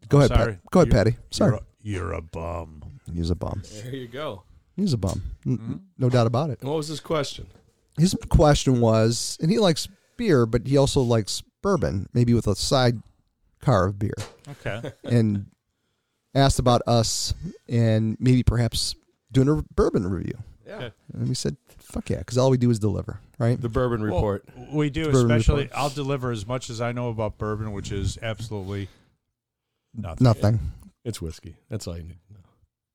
go ahead,
sorry.
Pat. Go ahead,
You-
Patty. Sorry,
You're a, you're a bum.
he's a bum.
There you go.
He's a bum. N-
Hmm?
No doubt about it.
And what was his question?
his question was, and he likes beer, but he also likes bourbon, maybe with a sidecar of beer,
Okay. <laughs>
and asked about us and maybe perhaps doing a bourbon review.
Yeah.
And we said, "Fuck yeah," because all we do is deliver, right?
The bourbon report.
Well, we do,
Bourbon
especially.
report.
I'll deliver as much as I know about bourbon, which is absolutely nothing.
Nothing.
It's whiskey. That's all you need. to know.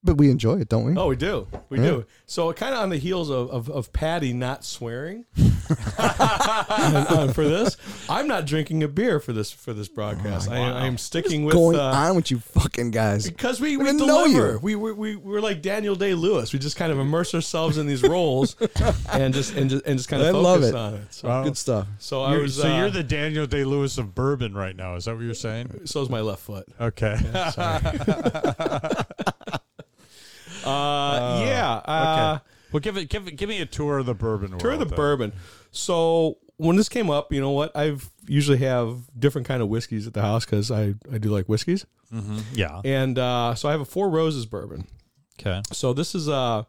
But we enjoy it, don't we?
Oh, we do. We do. So, kind of on the heels of, of, of Patty not swearing <laughs> uh, for this, I'm not drinking a beer for this for this broadcast. I, I am sticking with
Going
uh,
on with you fucking guys.
because we,
We
we
didn't know you.
deliver. We, we, we, we're like Daniel Day Lewis. We just kind of immerse ourselves in these roles and just and just, and just kind of
I
focus
love it.
on it. So,
Wow.
Good stuff.
so I
You're,
was.
so
uh,
you're the Daniel Day Lewis of bourbon right now. Is that what you're saying?
so is my left foot.
Okay.
Uh, yeah. Uh,
okay. Well, give it, give it, give me a tour of the bourbon world.
Tour of the
then.
bourbon. So when this came up, you know what? I've usually have different kind of whiskeys at the house because I, I do like whiskeys,
Yeah.
and uh, so I have a Four Roses bourbon.
Okay.
So this is uh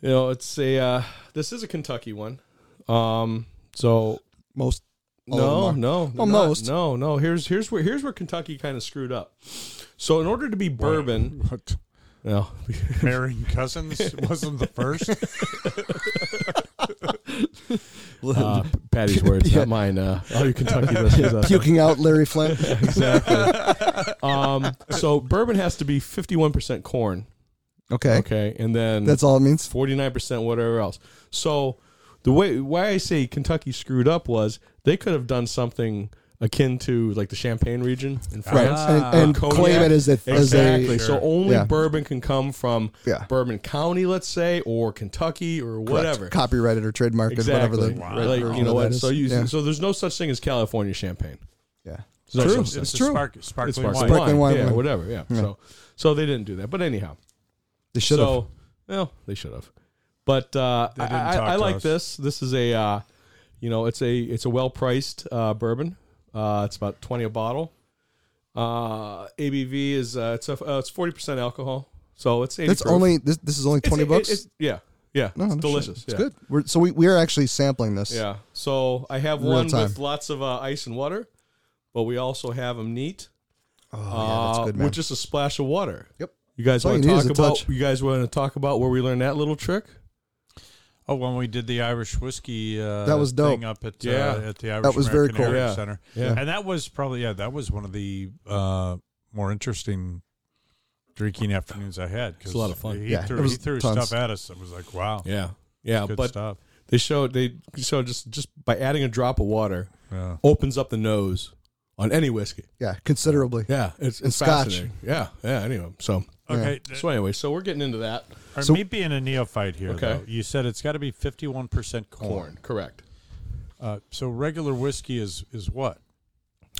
you know, it's a uh, this is a Kentucky one. Um, so
Most. all of
no,
them are.
no, they're
Almost.
not. no, no. Here's here's where here's where Kentucky kind of screwed up. So in order to be bourbon,
What?
<laughs> no,
<laughs> Marrying cousins wasn't the first.
<laughs> Uh, Patty's words,
Yeah.
not mine. Uh, all you <laughs> Kentucky listeners, out there.
Puking out Larry Flint.
exactly. um, so bourbon has to be 51% corn, <laughs>
Okay.
okay, and then
That's all it means.
49% whatever else. So the way why I say Kentucky screwed up was they could have done something akin to like the Champagne region in
Right. Ah.
France.
and and
Cognac.
claim it as a. As
Ah, Exactly.
a
So only
Yeah.
bourbon can come from
Yeah.
Bourbon County, let's say, or Kentucky or whatever.
Copyrighted or trademarked.
Exactly.
Whatever the right
Like,
version
you know
of
what?
that is.
So you
Yeah.
so there's no such thing as California champagne.
yeah.
There's no
True.
such thing.
It's true.
Spark, sparkling
It's sparkling
wine.
wine.
Sparkling wine,
yeah,
yeah.
whatever, yeah. So, so they didn't do that, but anyhow.
They should have.
So, well, they should have. But uh, I,
didn't
I,
talk
I
to
like
us.
this. This is a, uh, you know, it's a it's a well priced uh, bourbon. Uh, it's about twenty a bottle. Uh, ABV is uh, it's a, uh, it's forty percent alcohol, so it's 80
That's
proof.
only. This, this is only
It's-
20
it-
bucks?
it's- yeah, yeah,
No,
it's
no shit.
delicious.
It's
yeah.
good. We're, so we, we are actually sampling this.
Yeah. So I have
Real
one
time.
with lots of uh, ice and water, but we also have them neat
Oh, yeah, that's
uh,
good, man.
with just a splash of water.
Yep.
You guys
All
want
you
to
need is
talk
a
about?
touch.
You guys want to talk about where we learned that little trick?
Oh, when we did the Irish whiskey, uh,
That was dope.
Thing up at
Yeah.
uh, at the Irish
was very
American
cool.
Heritage
Yeah.
Center.
Yeah.
and that was probably yeah, that was one of the uh, more interesting drinking afternoons I had. Cause
It's a lot of fun.
He
Yeah,
threw,
it was
he threw
tons.
stuff at us. It was like wow,
Yeah. Yeah,
good
but
stuff.
They show they show just just by adding a drop of water
Yeah.
opens up the nose on any whiskey.
yeah, considerably.
Yeah, it's,
And
it's
scotch.
fascinating. Yeah, yeah. Anyway, so
Okay,
so anyway, so we're getting into that
or
so-
me being a neophyte here,
Okay.
though, you said it's got to be fifty-one percent corn.
corn. Correct.
Uh, so regular whiskey is is what?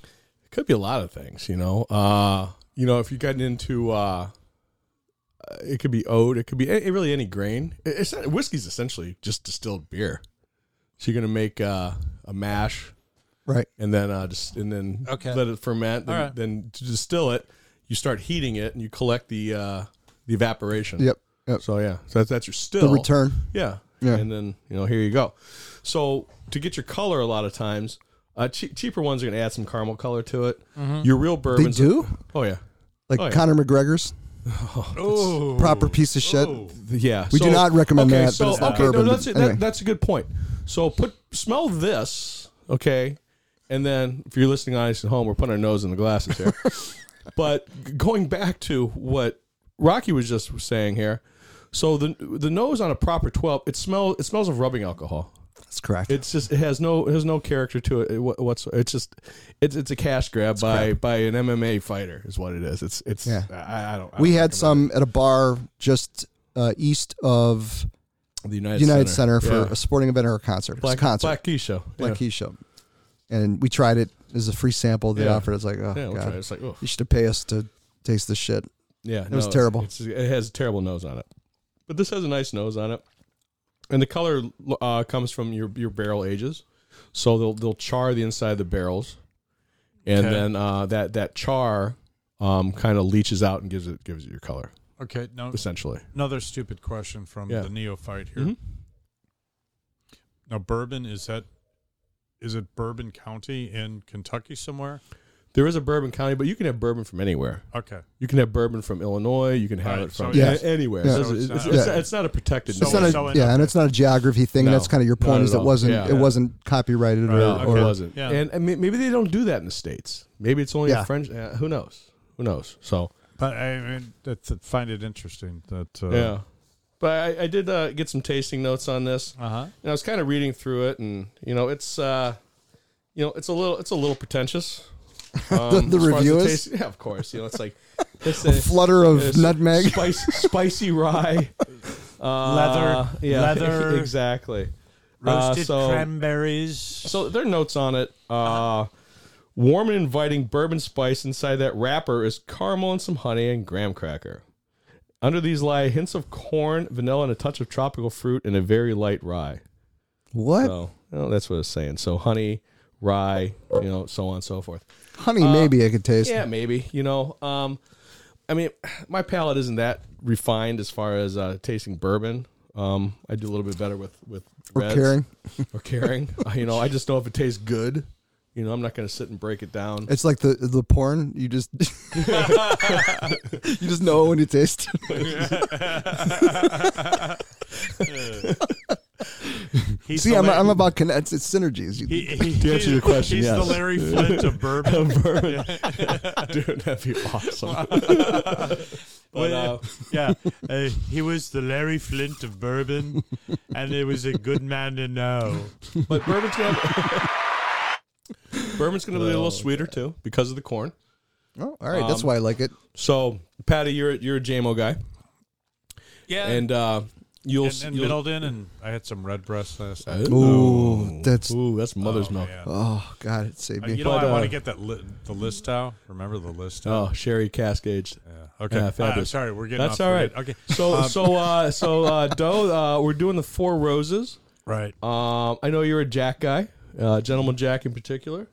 It could be a lot of things, you know. Uh, you know, if you're getting into, uh, uh, it could be oat. It could be a- really any grain. It- It's not, whiskey's essentially just distilled beer. So you're gonna make uh, a mash.
Right.
and then uh, just and then
Okay.
let it ferment. Then,
All right.
then to distill it, you start heating it, and you collect the uh, the evaporation.
Yep. yep.
So yeah, so that's, that's your
The
still
return.
Yeah.
Yeah.
And then you know here you go. So to get your color, a lot of times, uh, che- cheaper ones are going to add some caramel color to it. Your real
They
bourbons
do?
Oh yeah,
Like
Oh, yeah.
Conor McGregor's
Oh,
proper piece of shit.
yeah.
We do not recommend
okay,
that, but
So
it's not
okay,
bourbon,
no, that's
but
that,
anyway.
that's a good point. So put smell this, okay, and then if you're listening on us at home, we're putting our nose in the glasses
<laughs>
here. but g- going back to what Rocky was just saying here, so the the nose on a proper twelve, it smell it smells of rubbing alcohol.
That's correct.
It's just it has no it has no character to it wha- what's it's just it's it's a cash grab by by an MMA fighter is what it is. It's it's
Yeah.
I, I don't I
we
don't
had
recommend
some at a bar just uh, east of
it. the United,
the United Center, for
Yeah.
a sporting event or a concert. It was a
Black,
concert.
Black Key show.
Black
Yeah.
Keys show. And we tried it as a free sample they
Yeah.
offered. It's like, oh,
Yeah, we'll
God.
try it. It's like, oh,
You should pay us to taste this shit.
yeah, it
was terrible.
It's, it has a terrible nose on it, but this has a nice nose on it, and the color uh, comes from your your barrel ages, so they'll they'll char the inside of the barrels, and
Okay.
then uh, that that char um, kind of leaches out and gives it gives it your color
Okay, no,
essentially.
another stupid question from
Yeah.
the neophyte here.
Mhm.
Now, bourbon is that is it Bourbon County in Kentucky somewhere?
There is a bourbon county, but you can have bourbon from anywhere.
Okay,
You can have bourbon from Illinois. You can have
Right,
it from
so
it's-
a- anywhere.
Yeah.
It doesn't-
So it's
it's,
not-
it's-
Yeah.
it's not a protected.
So
It's
name.
not a,
so it-
yeah, and it's not a geography thing.
No,
that's kind of your
not
point. Is
at
it
all.
wasn't
Yeah.
it wasn't copyrighted or,
No,
or
it wasn't.
Oh, Yeah.
And, and may- maybe they don't do that in the states. Maybe it's only
Yeah.
a French. Uh, who knows? Who knows? So
But I mean, that's, I find it interesting that. Uh,
yeah. But I, I did uh, get some tasting notes on this,
Uh huh.
and I was kind of reading through it, and you know, it's uh, you know, it's a little, it's a little pretentious. Um,
<laughs>
as
The- the
far as
review is?
taste- yeah, of course. You know, it's
<laughs>
like it's a,
Flutter of
it's
nutmeg.
spice, spicy rye, <laughs> uh,
Leather.
yeah,
Leather.
<laughs> exactly. Uh,
Roasted
so-
cranberries.
So their notes on it. Uh, warm and inviting bourbon spice inside that wrapper is caramel and some honey and graham cracker. Under these lie hints of corn, vanilla, and a touch of tropical fruit, and a very light rye.
What?
So you know, that's what it's saying. So honey, rye, you know, so on and so forth.
Honey,
Uh,
maybe I could taste.
Yeah, maybe. You know, um, I mean, my palate isn't that refined as far as uh, tasting bourbon. Um, I do a little bit better with with
Or
reds
caring.
or caring. <laughs> Uh, you know, I just know if it tastes good. You know, I'm not going to sit and break it down.
It's like the the porn. You just <laughs> you just know when you taste.
<laughs>
He's
See,
the
I'm,
Larry-
I'm about conne- it's, it's synergies. You-
he- he-
To answer your question,
he's
yes.
the Larry Flint of bourbon. <laughs>
Bourbon. <laughs> Dude, that'd be
<laughs>
awesome. But, uh,
yeah, uh, he was the Larry Flint of bourbon, and it was a good man to know.
but bourbon's going to bourbon's going to be a little sweeter too because of the corn.
oh, all right, that's
Um,
why I like it.
So, Patty, you're you're a JMO guy,
Yeah, and,
and uh, <laughs> you'll
and,
you'll-
Middleton, and I had some red breast last night.
Ooh, that's
Oh. Ooh, that's mother's milk.
yeah.
oh god, it saved
Uh,
me.
you know,
But,
I
uh,
want to get that li- the list out. Remember the list out?
Oh, sherry cask aged.
Yeah. Okay.
yeah,
Ah,
fabulous.
sorry, we're getting
That's
off
all
the
right.
lid. Okay.
So
Um,
so uh, so uh, Doe, uh, we're doing the four roses.
Right.
Um, I know you're a Jack guy, uh, gentleman Jack in particular.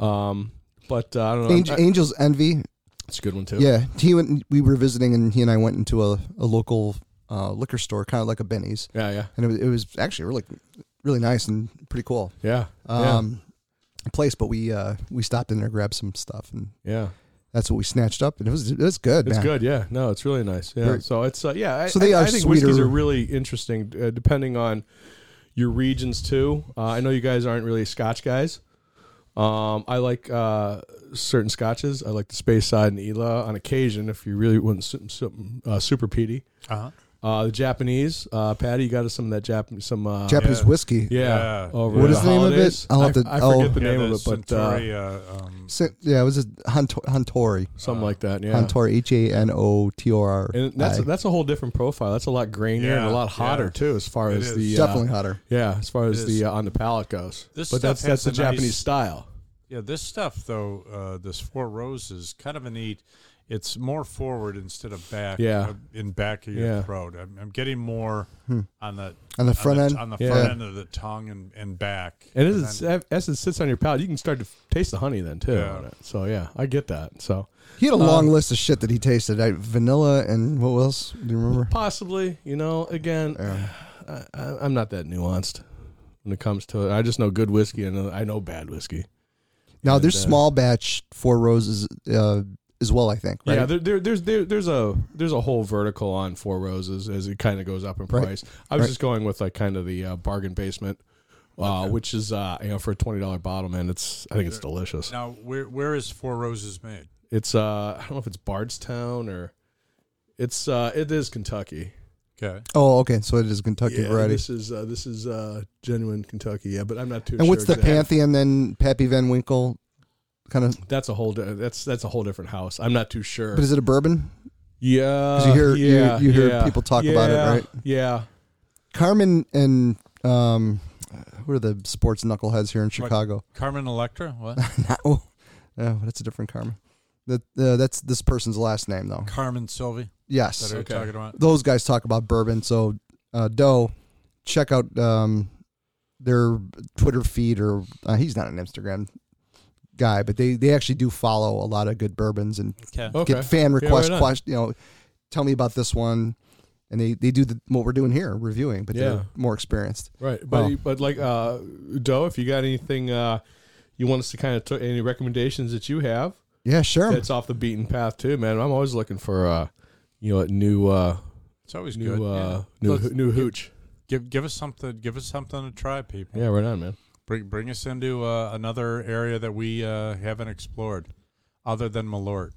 Um, but uh, I don't know.
Angel,
I-
Angel's envy.
it's a good one too.
Yeah, he went. We were visiting, and he and I went into a, a local uh, liquor store, kind of like a Benny's,
yeah, yeah,
and it was, it was actually really, really nice and pretty cool
yeah, yeah.
um, place. But we uh, we stopped in there, grabbed some stuff, and
yeah.
that's what we snatched up, and it was it was good.
It's
man.
good. Yeah, no, it's really nice. Yeah.
Very-
so it's uh, yeah. I,
So they
I, I
are
think
sweeter-
whiskeys are really interesting, uh, depending on your regions too. Uh, I know you guys aren't really Scotch guys. Um, I like uh, certain Scotches. I like the Space Side and Ela on occasion. If you really want something something, uh, super peaty.
Uh-huh.
Uh, the Japanese, uh, Patty, you got us some of that Jap, some uh,
Japanese
Yeah.
whiskey.
Yeah.
Yeah.
Over
What
the
is the name of it?
holidays.
I'll have
I-
to-
I,
I'll-
forget the
Yeah,
name of
the
it, but uh,
Centauri, uh, um,
Si- yeah, it was a Honto- Hontori,
something
uh,
like that. Yeah.
Hontori, H A N O T O R.
And that's that's a whole different profile. That's a lot grainier and a
Yeah,
lot hotter
yeah.
too, as far
It
as
is.
the uh,
definitely hotter.
yeah, as far as
It
the
is.
uh, on the palate goes.
This
but
stuff
that's that's
has
the
a nice-
Japanese style.
yeah, this stuff though, uh, this Four Roses, kind of a neat. It's more forward instead of back.
Yeah.
uh, in back of your
Yeah.
throat. I'm, I'm getting more on the
Hmm. On the front end?
on the
Yeah.
front end of the tongue and, and back.
And as, it- as it sits on your palate, you can start to f- taste the honey then too.
Yeah.
On it. So yeah, I get that. So
He had
Um,
a long list of shit that he tasted. I, vanilla and what else? Do you remember?
possibly, you know, again, I, I, I'm not that nuanced when it comes to it. I just know good whiskey and uh, I know bad whiskey.
Now there's
uh,
small batch Four Roses uh, as well. I think. Right?
Yeah, there, there, there's there, there's a there's a whole vertical on Four Roses as it kind of goes up in
Right.
price. I was
Right.
just going with like kind of the uh, bargain basement, uh, which is uh, you know for a twenty dollar bottle, man. It's I think it's delicious.
Now, where where is Four Roses made?
It's uh, I don't know if it's Bardstown or it's uh, it is Kentucky.
Okay.
Oh, okay. So it is Kentucky
yeah,
variety.
this is uh, this is uh, genuine Kentucky. Yeah, but I'm not too.
And what's
sure
the
exactly.
Pantheon then? Pappy Van Winkle, kind of.
That's a whole di- that's that's a whole different house. I'm not too sure.
But is it a bourbon?
yeah,
'Cause you hear- you-
yeah,
you hear
yeah,
people talk about it,
yeah,
right?
Yeah,
Carmen and um, who are the sports knuckleheads here in Chicago? <laughs>
Carmen Electra? What?
<laughs>
oh, no, that's a different Carmen. That uh, that's this person's last name though.
Carmen Sylvie?
Yes,
That are you
Okay.
talking about?
those guys talk about bourbon. So, uh, Doe, check out um, their Twitter feed, or uh, he's not an Instagram guy, but they, they actually do follow a lot of good bourbons and
Okay.
okay.
get fan
Yeah, right
requests.
on.
quest- you know, tell me about this one, and they they do the, what we're doing here, reviewing, but
Yeah.
they're more experienced.
Right, but
Well-
but like uh, Doe, if you got anything uh, you want us to kind of t- any recommendations that you have,
Yeah, sure.
that's off the beaten path too, man. I'm always looking for uh, you know, a new uh,
It's always
new
good. yeah.
uh, new
Let's-
new hooch.
Give give us something. Give us something to try, people.
Yeah, right on, man.
Bring bring us into uh, another area that we uh, haven't explored, other than Malort.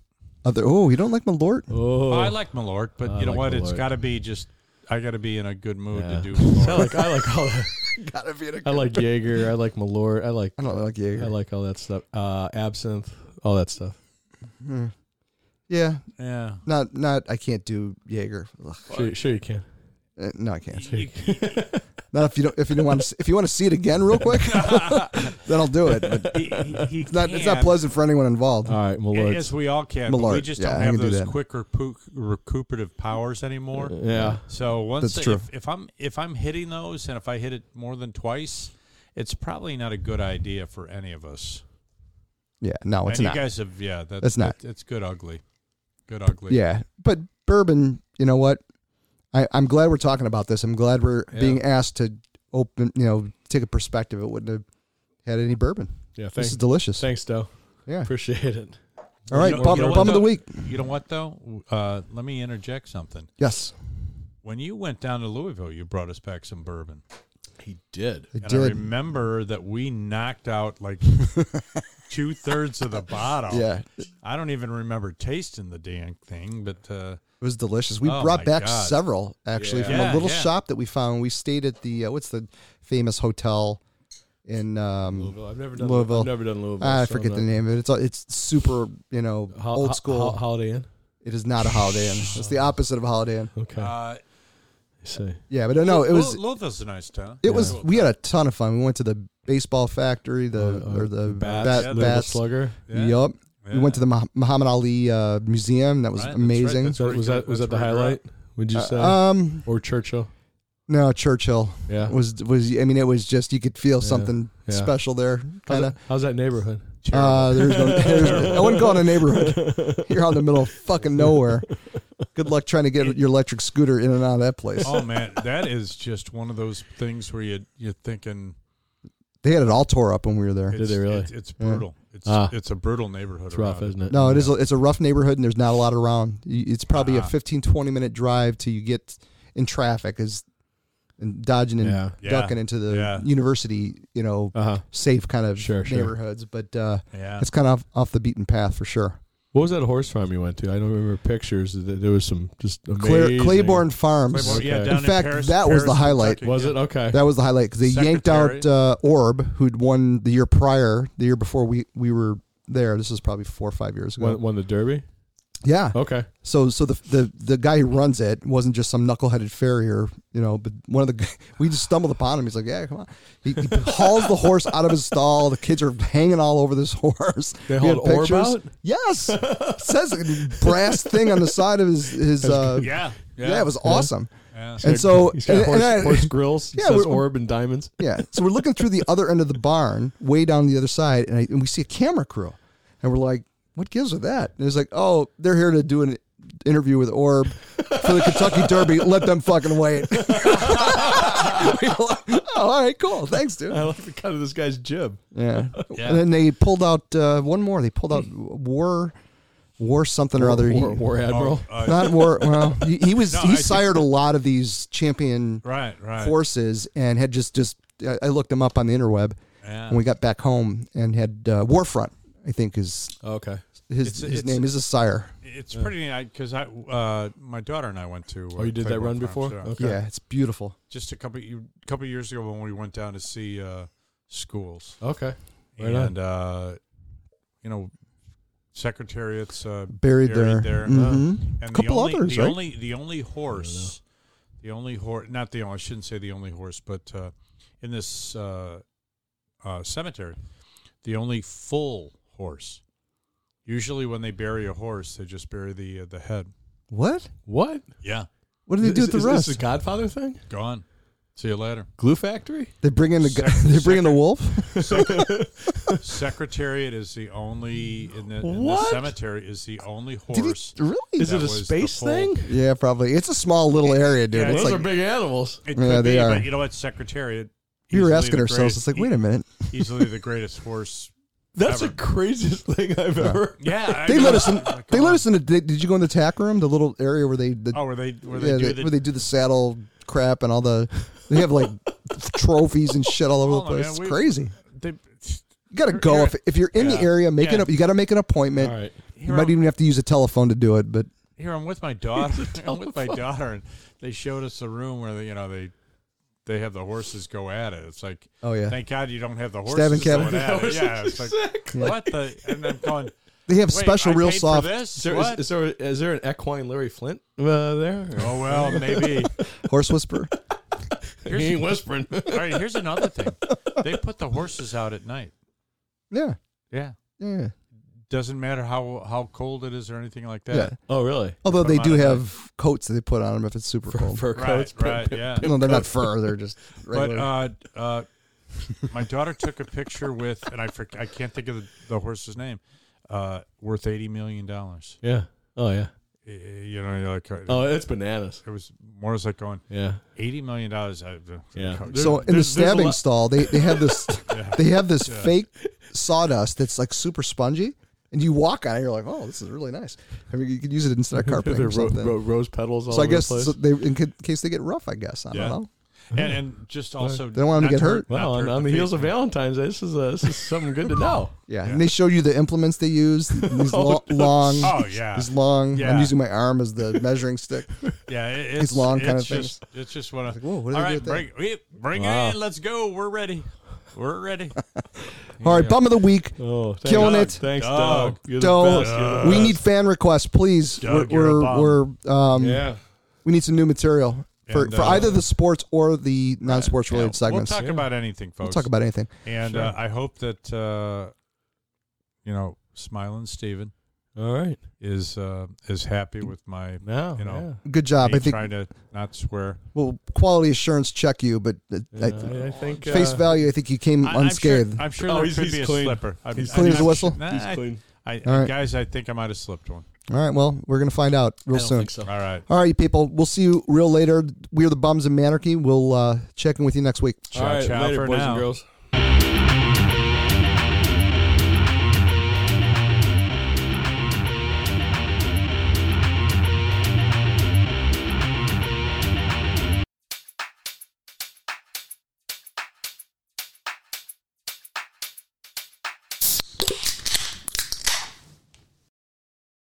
Other oh, you don't like Malort?
Oh,
Well, I like Malort, but
I
you know
like
what? It's
Malort.
got to be just. I got to be in a good mood
Yeah.
to do.
<laughs>
Malort.
I like I like all that.
Gotta be in a
I like Jaeger. I like Malort. I like
I don't like Jaeger.
I like all that stuff. Uh, absinthe, all that stuff.
Hmm. Yeah,
yeah.
not not. I can't do Jaeger. Ugh.
Sure, sure you can.
Uh, no, I can't. <laughs> Not if you don't. If you don't want to. If you want to see it again real
<laughs>
quick, <laughs> then I'll do it. But
He- he- he Uh,
it's not. It's not
can.
pleasant for anyone involved.
All right, Malort.
Yes, we all can. But we
Malort,
just
yeah,
don't
I
have
can do
those
that.
quick repu- recuperative powers anymore.
yeah.
So once
That's true.
If, if I'm if I'm hitting those and if I hit it more than twice, it's probably not a good idea for any of us.
Yeah. No, it's
and
not.
you guys have yeah, that's
It's not.
It's good ugly. Good ugly.
yeah, but bourbon. You know what? I, I'm glad we're talking about this. I'm glad we're
Yeah.
being asked to open. You know, take a perspective. It wouldn't have had any bourbon.
Yeah.
This
Thanks.
is delicious.
Thanks, Doe.
Yeah.
Appreciate it.
All right,
You know-
bum,
you know what,
bum of the
though?
week.
You know what though? Uh, let me interject something.
Yes,
When you went down to Louisville, you brought us back some bourbon.
He did.
it
And I
did.
remember that we knocked out
<laughs>
like two thirds of the bottle.
yeah, it
I don't even remember tasting the dang thing, but uh,
was delicious. We
Oh my
brought back
God.
several actually
Yeah.
from
Yeah,
a little
yeah.
shop that we found. We stayed at the uh, what's the famous hotel in um,
Louisville. I've never done
Louisville. Ah,
I've never done Louisville.
I
so
forget
I'm
the
not-
name of it. It's it's super you know
Ho- ho-
old school.
ho- Holiday Inn.
it is not a Holiday Inn. It's the opposite of a
<laughs>
Holiday Inn.
Okay.
uh,
see.
Yeah, but no, it was
Lou- Louisville's a nice town.
it was we had a ton of fun. We went to the baseball factory, the
Uh, uh,
or the
Bats,
bat,
Yeah,
Louisville
bats.
Slugger.
Yeah.
Yup. We went
Yeah.
to the Mah- Muhammad Ali uh, Museum. That was
Right, that's right,
amazing.
that's
That- was
where-
that was
that's
that the
where you're
highlight? Would you
Uh,
say
um,
or Churchill?
no, Churchill.
Yeah.
was was I mean it was just you could feel
Yeah,
something
yeah.
special there
How's
kind
that,
of
how's that neighborhood?
uh, there's no there's, I wouldn't call it a neighborhood
<laughs>
you're out in the middle of fucking nowhere good luck trying to get your electric scooter in and out of that place
<laughs> Oh man, that is just one of those things where you you're thinking
they had it all tore up when we were there
it's,
they really?
it's, it's brutal. It's
Ah.
it's a brutal neighborhood.
It's rough,
around it.
isn't it?
no it is a, it's a rough neighborhood and there's not a lot around You- it's probably a
Ah.
15 20 minute drive till you get in traffic is and dodging and
Yeah.
Yeah.
ducking into the
Yeah.
university you know
Uh huh.
safe kind of
Sure, sure.
neighborhoods but uh,
Yeah.
it's kind of off, off the beaten path for sure
What was that horse farm you went to? I don't remember pictures. Th- There was some just
Claire,
amazing.
Claiborne Farms.
Claiborne, yeah,
Okay.
down
In fact,
Paris-
that was the
Paris,
highlight.
Kentucky,
Was
yeah.
it okay?
That was the highlight because they yanked out uh, Orb, who'd won the year prior, the year before we, we were there. This was probably four or five years ago.
won, won the Derby.
yeah.
Okay.
So so the, the the guy who runs it wasn't just some knuckleheaded farrier, you know, but one of the g- <laughs> we just stumbled upon him. He's like, yeah, come on. He, he hauls the horse out of his stall. The kids are hanging all over this <laughs> horse.
They
We had
hauled Orb
pictures.
out?
Yes, It says a brass thing on the side of his his. Uh,
Yeah.
<laughs> yeah. it was awesome.
Yeah.
And so,
he's got
and-
horse,
and I-
horse grills. It
<laughs> Yeah,
says
we're-
orb and diamonds. <laughs>
yeah. So we're looking through the other end of the barn, way down the other side, and, I, and we see a camera crew, and we're like, "What gives with that?" And it's like, "Oh, they're here to do an interview with Orb for the Kentucky Derby. Let them fucking wait." <laughs> We were like, oh, all right, cool. Thanks, dude.
I like the cut of this guy's jib.
Yeah.
Uh, Yeah.
And then they pulled out uh, one more. They pulled out War, War something or other. He-
War, war admiral.
Oh, uh, <laughs>
not War. Well, he, he was
No, I
he
think-
sired a lot of these champion
right. Right.
horses and had just just I- I looked them up on the interweb
Yeah.
when we got back home and had uh, Warfront. I think is
Oh.
okay.
his
It's-
his
it's-
name is a sire.
It's pretty neat because I, uh, my daughter and I went to. Uh,
Oh, you did that
Claiborne
run
Farms,
before?
yeah.
Okay.
Yeah, it's beautiful.
Just a couple, you- couple years ago when we went down to see uh, schools.
Okay. Right on.
and uh, you know, secretariats uh,
Buried,
Buried
there.
there.
hmm
Mm-hmm.
and
Couple
the only,
others,
the
right?
only the only horse, the only horse, not the only. I shouldn't say the only horse, but uh, in this uh, uh, cemetery, the only full horse. Usually, when they bury a horse, they just bury the uh, the head.
What?
What?
Yeah,
What do they do
Is-
with the
is
rest?
This a Godfather thing?
gone. See you later.
Glue factory?
they bring in the
Sec-
gu- <laughs> they bring in the wolf.
<laughs> Secretariat is the only in the, in the
What?
cemetery is the only
Did he-
horse.
really?
Is
That
it a
was the
space
full-
thing?
yeah, probably. It's a small little area, dude.
Yeah,
it's
Those
like
are big animals.
It
Yeah,
could
they
be,
are.
but you know what? Secretariat.
we were
easily
asking
the
ourselves.
greatest-
It's like, wait a minute.
Easily the greatest horse.
That's
Ever.
the craziest thing I've ever.
Yeah, I
They
know.
let us in.
Like,
They
come
let
on.
us in. The, did did you go in the tack room? The little area where they the
Oh, were they? Were they
yeah,
do
they,
the,
where they do the saddle crap and all the they have
<laughs>
like trophies and shit all over the
Hold on,
place.
man,
it's
we-
crazy.
they-
You gotta go
You're-
if, if you're in the
yeah,
area. Make it
yeah.
up. You gotta make an
All
appointment.
right.
here
You might e-
I'm-
even have to use a telephone to do it, but
here I'm
<laughs>
with my daughter. <laughs> I'm with my daughter, and they showed us a room where they, you know they they have the horses go at it. It's like,
oh yeah,
thank God you don't have the
Stab
horses
and
going
Kevin. <laughs>
at it. Uh, Yeah, it's like
Exactly.
what the? And I'm going.
they have
Wait,
special
I
real
paid for
soft
This?
Is there,
What?
is, is there is there an equine Larry Flint uh, there?
oh well,
<laughs>
maybe. <laughs>
horse whisperer.
Here's-
whispering.
<laughs> all right, here's another thing. They put the horses out at night.
yeah,
Yeah,
yeah,
doesn't matter how how cold it is or anything like that.
yeah.
oh, really?
Although
Put 'em
they do
on a
have coats that they put on them if it's super cold.
Fur
Right,
coats,
right, yeah. <laughs>
No, they're not fur. They're just
But
regular.
uh, uh, my daughter took a picture with, and I for, I can't think of the, the horse's name, uh, worth eighty million dollars.
Yeah. Oh yeah.
You know, you're like uh,
Oh, it's bananas.
it was more as like going
Yeah.
eighty million dollars. uh,
Yeah.
so
there's-
in the
there's a
stabbing
lot-
stall, they, they have this
<laughs> Yeah.
they have this fake sawdust that's like super spongy, and you walk on it, you're like, oh, this is really nice. I mean, you could use
<laughs>
it instead of carpeting
They're
or
ro-
something.
ro- rose petals all
so I
over
guess
the place.
so they, in ca- case they get rough, I guess I
Yeah.
don't know.
and, and just also
They don't want 'em to
not
get hurt.
not
well,
to
on,
hurt
on the heels of
feet.
Valentine's Day, this is uh, this is something good to <laughs> know.
Yeah.
Yeah.
and they show you the implements
<laughs>
they use. These lo- long,
Oh yeah,
these long. I'm
Yeah.
using my arm
<laughs>
as the measuring stick.
yeah. It, it's
long kind
it's
of
just, It's just one of.
whoa, what do
all
they do <laughs>
right,
with that?
bring, we- bring
Wow.
it in. Let's go. We're ready. We're ready.
All right, bum of the week.
Oh, thanks,
Killing
Doug.
it.
Thanks,
Doug.
Doug. You're
Doug.
the best. You're the
we
best.
need fan requests, please.
Uh, Doug,
we're
you're a
we're, we're um,
Yeah.
we need some new material for,
And,
for
uh,
either the sports or the non-sports
Yeah,
related segments.
We'll talk about anything, folks.
We'll talk about anything.
And uh, I hope that uh, you know, smiling Steven
All right.
is uh, is happy with my
Now.
You know.
yeah.
Good job.
me
I think
trying to not swear.
we'll quality assurance check you, but uh, I,
Yeah, I, I think
face
uh,
value, I think you came
I-
unscathed.
I'm sure,
Oh,
I'm sure
he's-
there could
he's
be
clean.
a slipper. I'm,
He's
I'm
clean as
not
a whistle?
sure- Nah,
He's
I-
clean.
I,
All right.
guys, I think I might have slipped one.
All right. Well, we're gonna find out real
I don't
soon.
think so.
All right.
All right, you people. We'll see you real later. We're the bums of Manarchy. We'll uh, check in with you next week.
All right,
ciao
later,
for
boys
now.
and girls.